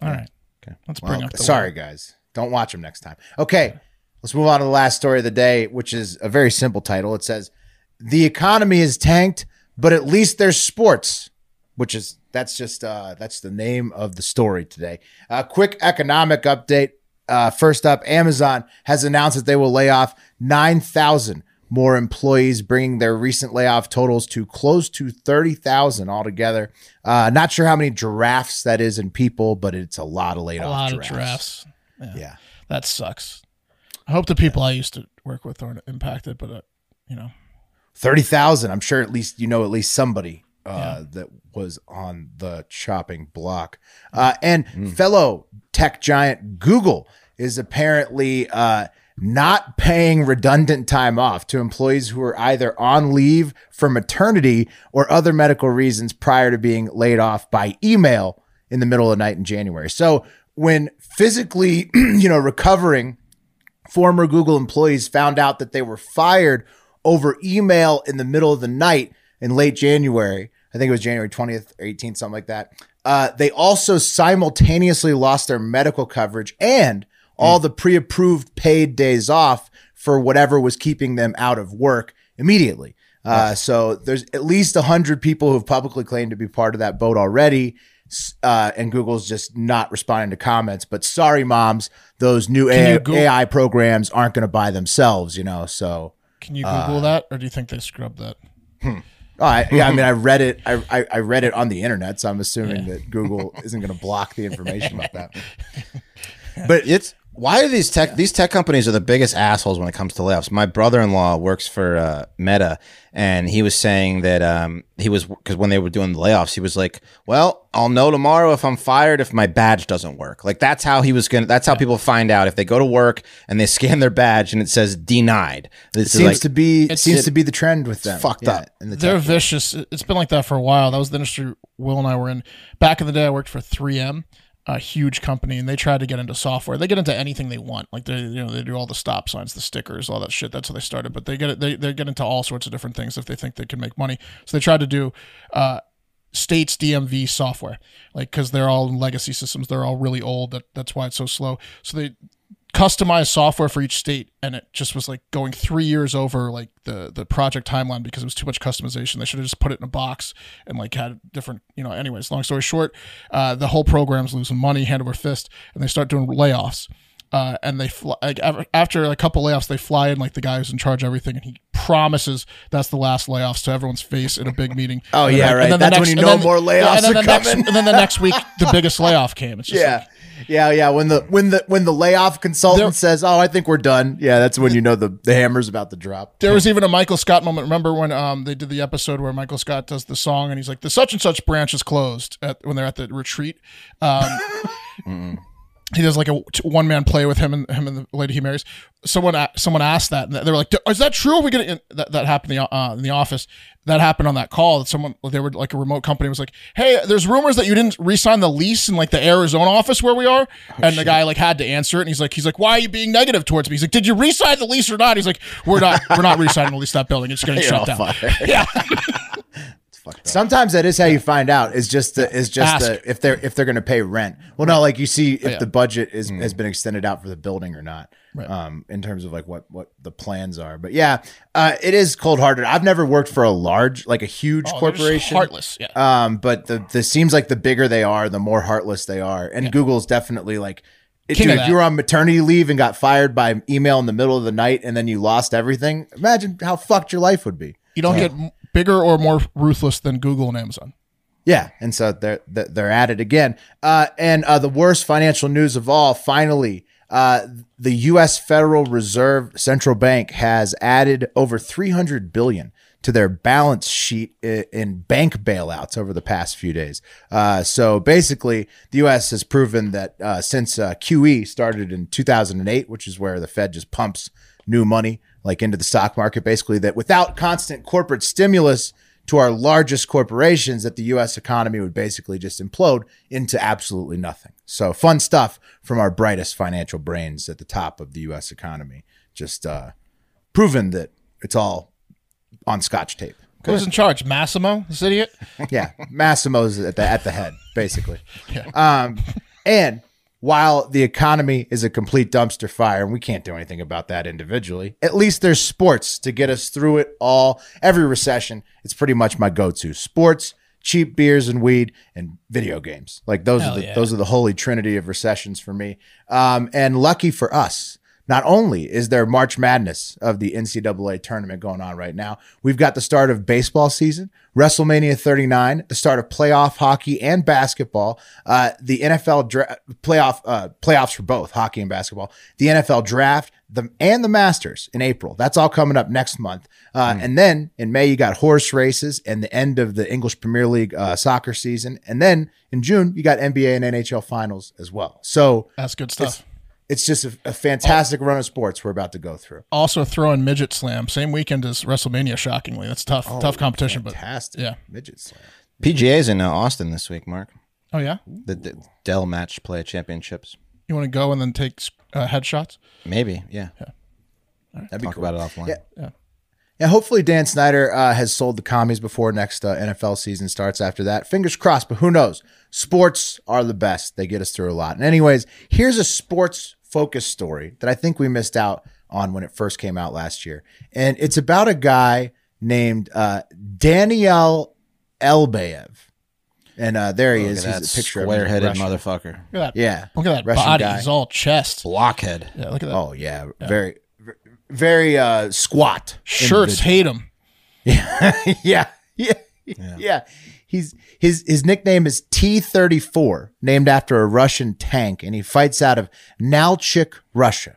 S2: All right. Okay. Let's bring up. The
S3: Sorry, guys. Don't watch them next time. Okay, let's move on to the last story of the day, which is a very simple title. It says, "The economy is tanked, but at least there's sports," which is that's just uh, that's the name of the story today. A quick economic update. Uh, first up, Amazon has announced that they will lay off nine thousand more employees, bringing their recent layoff totals to close to 30,000 altogether. Uh, not sure how many giraffes that is in people, but it's a lot of laid
S2: A
S3: off
S2: lot
S3: giraffes.
S2: of drafts. Yeah.
S3: Yeah.
S2: That sucks. I hope the people I used to work with aren't impacted, but uh, you know,
S3: 30,000. I'm sure at least you know at least somebody uh, that was on the chopping block. Uh, and fellow tech giant Google is apparently uh, not paying redundant time off to employees who are either on leave for maternity or other medical reasons prior to being laid off by email in the middle of the night in January. So when physically, you know, recovering former Google employees found out that they were fired over email in the middle of the night in late January. I think it was January 20th, or 18th, something like that. Uh, they also simultaneously lost their medical coverage and
S2: Hmm.
S3: all the pre approved paid days off for whatever was keeping them out of work immediately. Uh, so there's at least 100 people who have publicly claimed to be part of that boat already. S- Uh, and Google's just not responding to comments. But sorry, moms, those new
S2: Can
S3: AI,
S2: you Google-
S3: AI programs aren't going to buy themselves, you know? So.
S2: Can you
S1: Uh,
S2: Google that, or do you think they scrubbed that?
S3: Oh, I, yeah, I mean, I read it. I, I, I read it on the internet, so I'm assuming that Google isn't going to block the information about that.
S1: but it's why are these tech these tech companies are the biggest assholes when it comes to layoffs. My brother-in-law works for uh, Meta, and he was saying that um, he was because when they were doing the layoffs, he was like, "Well, I'll know tomorrow if I'm fired if my badge doesn't work." Like that's how he was gonna. That's how people find out if they go to work and they scan their badge and it says denied.
S3: It seems to be it seems to be the trend with them.
S1: fucked up.
S3: in the
S2: They're
S3: tech.
S2: vicious. It- It's been like that for a while. That was the industry Will and I were in. Back in the day, I worked for 3M, a huge company, and they tried to get into software. They get into anything they want. Like they, you know, they do all the stop signs, the stickers, all that shit. That's how they started. But they get it. They, they get into all sorts of different things if they think they can make money. So they tried to do. Uh, states DMV software, like because they're all legacy systems. They're all really old. That that's why it's so slow. So they customized software for each state, and it just was like going three years over like the the project timeline because it was too much customization. They should have just put it in a box and like had different, you know. Anyways, long story short, uh, the whole program's losing money hand over fist, and they start doing layoffs. Uh, and they fly, like af- after a couple layoffs, they fly in like the guy who's in charge of everything, and he promises that's the last layoffs to everyone's face in a big meeting.
S3: Oh,
S2: And
S3: yeah,
S2: like-
S3: right.
S2: and then the
S3: That's when you
S2: and
S3: know more layoffs
S2: and then
S3: are
S2: the next-
S3: coming.
S2: and then the next week, the biggest layoff came. It's just
S3: yeah, yeah, yeah. When the when the when the layoff consultant says, "Oh, I think we're done," yeah, that's when you know the the hammer's about to drop.
S2: There was even a Michael Scott moment. Remember when um, they did the episode where Michael Scott does the song and he's like, "The such and such branch is closed" at, when they're at the retreat. Um, he does like a one man play with him and him and the lady he marries. Someone a- someone asked that and they were like, "D- "Is that true? Are we gonna?" And that, that happened in the, uh, in the office. That happened on that call. That someone they were like a remote company was like, "Hey, there's rumors that you didn't re-sign the lease in like the Arizona office where we are."
S3: Oh,
S2: and the guy like had to answer it and he's like, "He's like, why are you being negative towards me?" He's like, "Did you re-sign the lease or not?" He's like, "We're not we're not re-signing the lease to that building. It's getting
S3: You're all
S2: shut down."
S3: fired.
S2: yeah, Oh,
S3: Sometimes that is how you find out. Is just the, is just
S2: Ask. Oh,
S3: the, if they're if they're going to pay rent. Well, no, like you see if
S2: yeah. Mm.
S3: the budget is has been extended out for the building or not.
S2: Right.
S3: Um, in terms of like what what the plans are, but yeah, uh, it is cold hearted. I've never worked for a large like a huge
S2: Oh, they're just
S3: corporation.
S2: heartless. Yeah.
S3: Um, but the the seems like the bigger they are, the more heartless they are. And Google's definitely like, it-
S2: King
S3: dude,
S2: of
S3: if
S2: that.
S3: you were on maternity leave and got fired by email in the middle of the night and then you lost everything, imagine how fucked your life would be.
S2: You don't get m- bigger or more ruthless than Google and Amazon.
S3: Yeah, and so they're they're they're at it again. Uh, and uh, the worst financial news of all, finally, uh, the U.S. Federal Reserve Central Bank has added over 300 billion to their balance sheet i- in bank bailouts over the past few days. Uh, so basically, the U.S. has proven that uh, since uh, QE started in 2008, which is where the Fed just pumps new money like into the stock market, basically, that without constant corporate stimulus to our largest corporations that the US economy would basically just implode into absolutely nothing. So, fun stuff from our brightest financial brains at the top of the US economy. Just uh, proven that it's all on scotch tape.
S2: Who's in charge? Massimo, this idiot.
S3: Yeah, Massimo's at the at the head, basically. Um, and while the economy is a complete dumpster fire, and we can't do anything about that individually, at least there's sports to get us through it all. Every recession, it's pretty much my go-to: sports, cheap beers and weed, and video games. Like those
S2: Hell
S3: are the
S2: yeah.
S3: those are the holy trinity of recessions for me. Um, and lucky for us. Not only is there March Madness of the NCAA tournament going on right now, we've got the start of baseball season, WrestleMania 39, the start of playoff hockey and basketball, uh, the NFL dra- playoff uh, playoffs for both hockey and basketball, the NFL draft, the and the Masters in April. That's all coming up next month. Uh, And then in May you got horse races and the end of the English Premier League uh, soccer season, and then in June you got NBA and NHL finals as well. So
S2: That's good stuff.
S3: It's just a, a fantastic run of sports we're about to go through.
S2: Also throwing midget slam same weekend as WrestleMania. Shockingly, that's tough, tough competition.
S3: Fantastic.
S2: But yeah,
S3: midget slam.
S1: PGA's in uh, Austin this week, Mark.
S2: Oh yeah,
S1: The, the Dell Match Play Championships.
S2: you want to go and then take uh, headshots?
S1: Maybe, yeah.
S3: That'd be
S1: Talk
S3: cool.
S1: about it offline.
S3: Yeah. Yeah, hopefully Dan Snyder uh, has sold the commies before next uh, NFL season starts after that. Fingers crossed, but who knows? Sports are the best. They get us through a lot. And, anyways, here's a sports focused story that I think we missed out on when it first came out last year. And it's about a guy named uh, Daniel Elbayev. And uh, there he
S1: Look
S3: is.
S1: at that
S3: He's a picture of him.
S1: square headed
S3: Russian.
S1: motherfucker.
S2: Look at that.
S3: Yeah.
S2: Look at that
S3: Russian
S2: body.
S3: guy.
S2: He's all chest.
S1: Oh. Blockhead.
S2: Yeah, look at that.
S3: Oh, yeah. Very, very uh, squat.
S2: Shirts hate him.
S3: yeah. Yeah. Yeah. He's his his nickname is T-34, named after a Russian tank, and he fights out of Nalchik, Russia.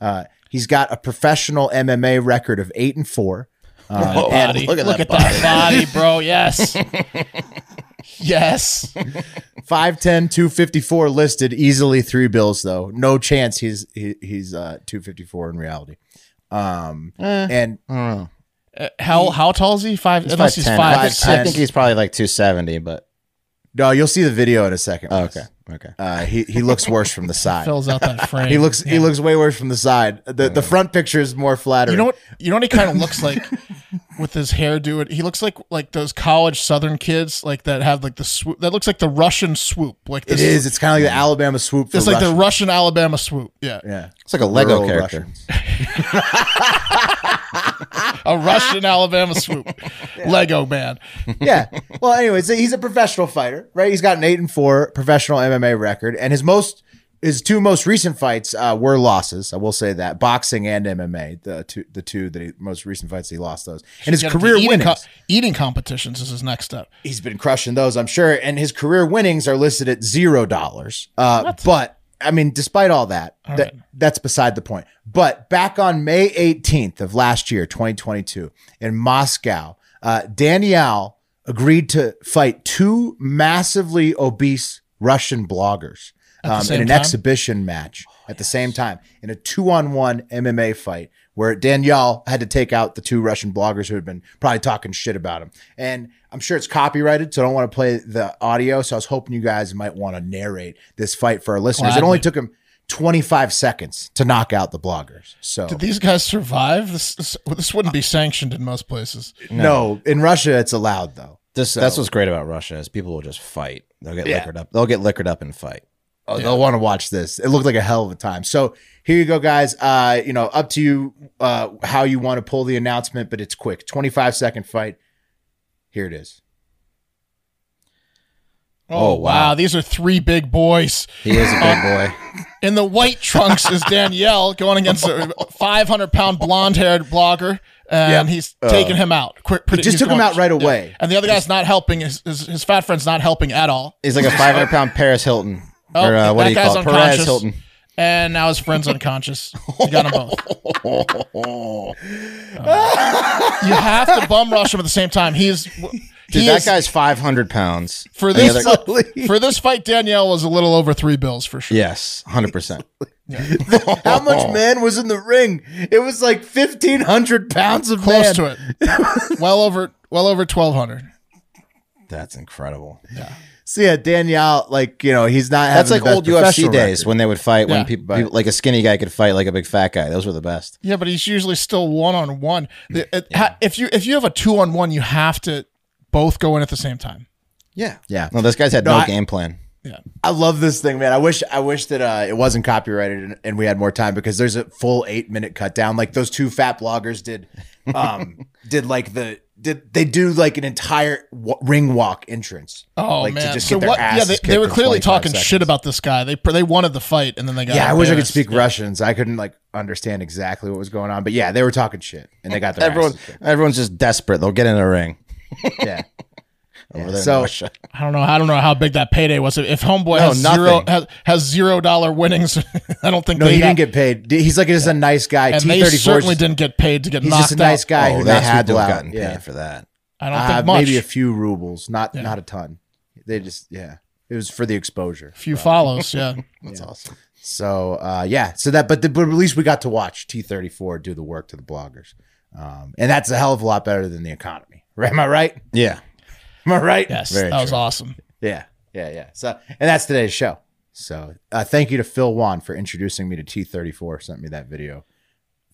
S3: Uh, he's got a professional MMA record of eight and four. Uh, and-
S1: Oh, Look at
S2: Look
S1: that
S2: at
S1: body.
S2: that body, bro. Yes. yes.
S3: 5'10, 254 listed, easily three bills though. No chance he's he, he's uh 254 in reality. Um and
S1: I don't know.
S2: Uh, How how tall is he? Five. unless he's
S3: 5'10.
S2: five.
S1: I,
S2: six.
S1: I think he's probably like 270, but
S3: no, you'll see the video in a second.
S1: oh,
S3: Wes.
S1: okay. Okay.
S3: Uh he he looks worse from the side.
S2: fills out that frame.
S3: He looks he looks way worse from the side. The the front picture is more flattering.
S2: You know what? You know what he kind of looks like with his hairdo. It- He looks like like those college Southern kids, like that have like the swoop. That looks like the Russian swoop. Like
S3: It
S2: this,
S3: is. It's kind of like the Alabama swoop. For
S2: It's like the
S3: Russian-
S2: Russian Alabama swoop. Yeah,
S3: yeah.
S1: It's like a Lego
S3: Rural
S1: character.
S3: Russians.
S2: a Russian Alabama swoop. Lego man.
S3: yeah. Well, anyways, he's a professional fighter, right? He's got an eight and four professional MMA record, and his most his two most recent fights uh, were losses. I will say that boxing and MMA, the two the two that he, most recent fights he lost those, and his
S2: Get him to
S3: career
S2: eating
S3: winnings.
S2: co- eating competitions is his next step.
S3: he's been crushing those, I'm sure. And his career winnings are listed at zero dollars. Uh, but I mean, despite all that, that that's beside the point. But back on May 18th of last year, 2022, in Moscow, uh, Danielle agreed to fight two massively obese Russian bloggers
S2: At the
S3: um, in
S2: same
S3: an
S2: time?
S3: exhibition match at the same time in a two on one MMA fight where Danielle had to take out the two Russian bloggers who had been probably talking shit about him. And I'm sure it's copyrighted, so I don't want to play the audio. So I was hoping you guys might want to narrate this fight for our listeners. It
S2: Gladly.
S3: only took him 25 seconds to knock out the bloggers. So.
S2: Did these guys survive? This this, this wouldn't be sanctioned in most places.
S3: no, in Russia it's allowed though.
S1: This, That's what's great about Russia is people will just fight. They'll get
S3: Yeah.
S1: liquored up. They'll get liquored up and fight.
S3: Oh, they'll want to watch this. It looked like a hell of a time. So here you go, guys. Uh, you know, up to you uh, how you want to pull the announcement, but it's quick. 25 second fight. Here it is.
S2: Oh,
S1: Oh,
S2: wow.
S1: wow.
S2: these are three big boys.
S1: He is a big boy.
S2: In the white trunks is Danielle going against a 500 pound blonde haired blogger, and he's taking him out quick. Pretty,
S3: Uh, just
S2: he's
S3: took him
S2: going-
S3: out right away.
S2: And the other guy's not helping. His, his, his fat friend's not helping at all.
S1: He's like a 500 pound Paris Hilton.
S2: Oh,
S1: or uh, what do you call it? Perez
S2: unconscious.
S1: Hilton.
S2: And now his friend's unconscious. You got them both. Uh, you have to bum rush him at the same time. He's.
S1: Dude,
S2: he
S1: that
S2: is-
S1: guy's 500 pounds.
S2: for
S1: And the
S2: this
S1: other-
S2: for this fight, Danielle was a little over three bills for sure.
S1: yes, 100%.
S3: How much man was in the ring? It was like 1,500 pounds of
S2: Close
S3: man.
S2: to it. well over well over twelve hundred.
S1: That's incredible.
S3: So yeah, Danielle, like, you know, he's not
S1: That's
S3: having
S1: like
S3: the best
S1: old UFC
S3: professional
S1: days
S3: record.
S1: when they would fight
S2: Yeah.
S1: when people, people like a skinny guy could fight like a big fat guy. Those were the best.
S2: Yeah, but he's usually still one on one. If you if you have a two on one, you have to both go in at the same time.
S1: Yeah.
S3: Yeah.
S1: No, this guy's had
S3: No,
S1: no,
S3: I-
S1: game plan.
S3: I love this thing, man. I wish I wish that uh, it wasn't copyrighted and, and we had more time because there's a full eight minute cut down. Like those two fat bloggers did, um, did like the did they do like an entire wa- ring walk entrance?
S2: Oh
S3: like,
S2: man!
S3: to just
S2: so
S3: get their
S2: what?
S3: asses
S2: Yeah, they,
S3: kicked
S2: they were
S3: in
S2: clearly
S3: 25
S2: talking
S3: seconds.
S2: shit about this guy. They they wanted the fight and then they got.
S3: Yeah, I wish I could
S2: embarrassed.
S3: speak Russians. I couldn't like understand exactly what was going on, but yeah, they were talking shit and they got their
S1: Everyone,
S3: asses kicked.
S1: everyone's just desperate. They'll get in a ring.
S3: Yeah. Yeah,
S1: Over there in
S3: so-
S1: Russia.
S2: I don't know. I don't know how big that payday was. If Homeboy has
S1: nothing.
S2: zero has, has zero dollar winnings, I don't think
S3: No,
S2: they
S3: he
S2: got,
S3: didn't get paid. He's like just a nice guy.
S2: And
S3: T
S2: they
S3: thirty four.
S2: certainly
S3: He's
S2: didn't get paid to get knocked
S3: just a nice
S2: out.
S3: guy
S1: Oh,
S3: who they
S1: that's
S3: had
S1: people
S3: to
S1: have
S3: out.
S1: gotten paid
S3: Yeah.
S1: for that.
S2: I don't
S3: Uh,
S2: think much.
S3: maybe a few rubles, not not a ton. They just yeah, it was for the exposure.
S2: few follows. Yeah.
S1: That's awesome.
S3: So uh, yeah, so that but, the, but at least we got to watch T34 do the work to the bloggers, um, and that's a hell of a lot better than the economy. Right? Am I right?
S1: Yeah.
S3: Am I right?
S2: Yes,
S3: Very
S2: that was
S3: true.
S2: awesome.
S3: Yeah, yeah, yeah. So, and that's today's show. So, uh, thank you to Phil Wan for introducing me to T34. Sent me that video.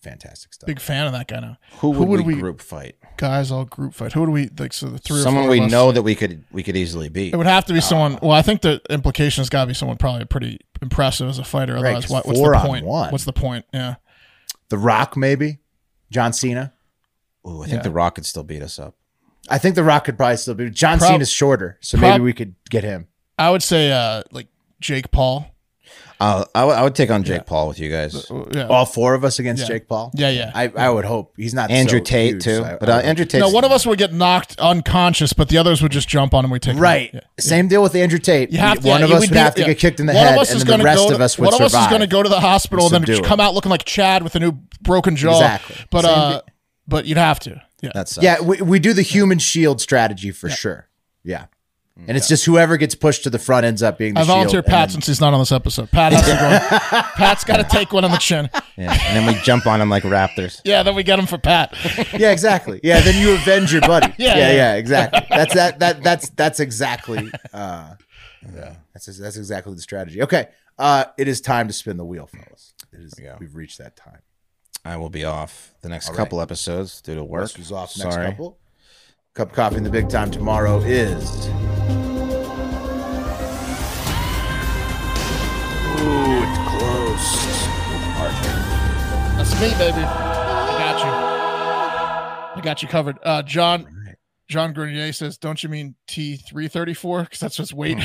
S3: Fantastic stuff.
S2: Big fan of that guy now.
S1: Who would, we, group fight?
S2: guys all group fight? Who do we like? So the three or
S1: Someone
S2: four
S1: we
S2: of us-
S1: know that we could we could easily beat.
S2: It would have to be someone. Well, I think the implication has got to be someone probably pretty impressive as a fighter.
S3: Right,
S2: Otherwise,
S3: 'cause
S2: what, what's
S3: four
S2: the
S3: on
S2: point?
S3: one.
S2: What's the point? Yeah.
S3: The Rock, maybe John Cena.
S1: Ooh, I think
S2: Yeah.
S1: the Rock could still beat us up.
S3: I think The Rock could probably still be. John
S2: Prob-
S3: Cena's shorter, so
S2: prob-
S3: maybe we could get him.
S2: I would say uh like Jake Paul.
S1: Uh, I would- I would take on Jake Paul with you guys.
S2: Uh, Yeah.
S3: All four of us against
S2: Yeah.
S3: Jake Paul.
S2: Yeah, yeah.
S3: I, I would hope he's not
S1: Andrew
S3: so
S1: Tate
S3: huge,
S1: too,
S3: so I-
S1: but
S3: I
S1: uh,
S3: would-
S1: Andrew Tate.
S2: no, one of us would get knocked unconscious, but the others would just jump on and we take them out.
S3: Right.
S2: Yeah.
S3: Same deal with Andrew Tate.
S2: You have to,
S3: one
S2: yeah,
S3: of
S2: it
S3: us would
S2: be-
S3: have to
S2: yeah.
S3: get kicked in the
S2: One of
S3: head,
S2: us
S3: and
S2: is
S3: then the
S2: gonna
S3: rest
S2: go to-
S3: of us would
S2: One of
S3: survive.
S2: us is going to go to the hospital and, then
S3: subdue
S2: come out looking like Chad with a new broken jaw.
S3: Exactly.
S2: But
S3: Same
S2: uh, but you'd have to. Yeah.
S1: That sucks.
S3: Yeah, we, we do the human shield strategy for sure. Mm, Yeah. And it's just whoever gets pushed to the front ends up being the
S2: I
S3: shield.
S2: volunteer
S3: and
S2: Pat
S3: then-
S2: since he's not on this episode. Pat has to go. Pat's got to take one on the chin.
S1: Yeah. And then we jump on him like raptors.
S2: Yeah, then we get him for Pat.
S3: yeah, exactly. Yeah, then you avenge your buddy. yeah,
S2: Yeah,
S3: yeah,
S2: yeah.
S3: exactly. That's that that that's that's exactly uh yeah. That's that's exactly the strategy. Okay. Uh it is time to spin the wheel, fellas. It is,
S1: go.
S3: we've reached that time.
S1: I will be off the next
S3: All right.
S1: couple episodes due to work.
S3: Worst is off next couple. Cup of coffee in the big time tomorrow is
S10: Ooh, it's close.
S2: That's me, baby. I got you. I got you covered. Uh, John John Grenier says, "Don't you mean T three thirty four? Because that's just weight."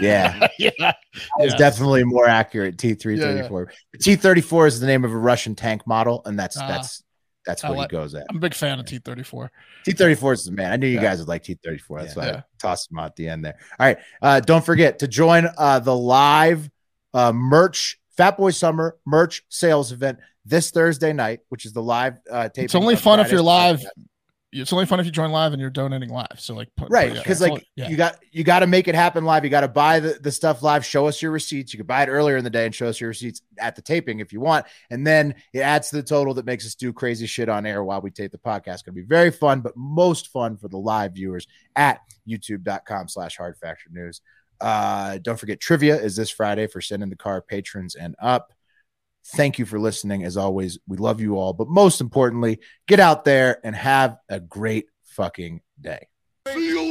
S3: yeah.
S2: yeah,
S3: It's definitely more accurate. T three thirty four. T thirty four is the name of a Russian tank model, and that's
S2: Ah.
S3: that's that's
S2: I
S3: what he
S2: like-
S3: goes at.
S2: I'm a big fan of T thirty four.
S3: T thirty four is the man. I knew you
S2: Yeah.
S3: guys would like T thirty four. That's why
S2: Yeah.
S3: I tossed him out at the end there. All right. Uh, don't forget to join uh, the live uh, merch Fat Boy Summer merch sales event this Thursday night, which is the live uh, tape.
S2: It's only fun if you're live. It's only fun if you join live and you're donating live. So like, put,
S3: right
S2: put- yeah,
S3: because
S2: it's
S3: like
S2: only- yeah.
S3: you got you got to make it happen live you got to buy the, the stuff live show us your receipts you can buy it earlier in the day and show us your receipts at the taping if you want and then it adds to the total that makes us do crazy shit on air while we tape the podcast it's going to be very fun but most fun for the live viewers at youtube.com slash hard factor news uh don't forget trivia is this friday for sending the car patrons and up thank you for listening as always we love you all but most importantly get out there and have a great fucking day
S5: See you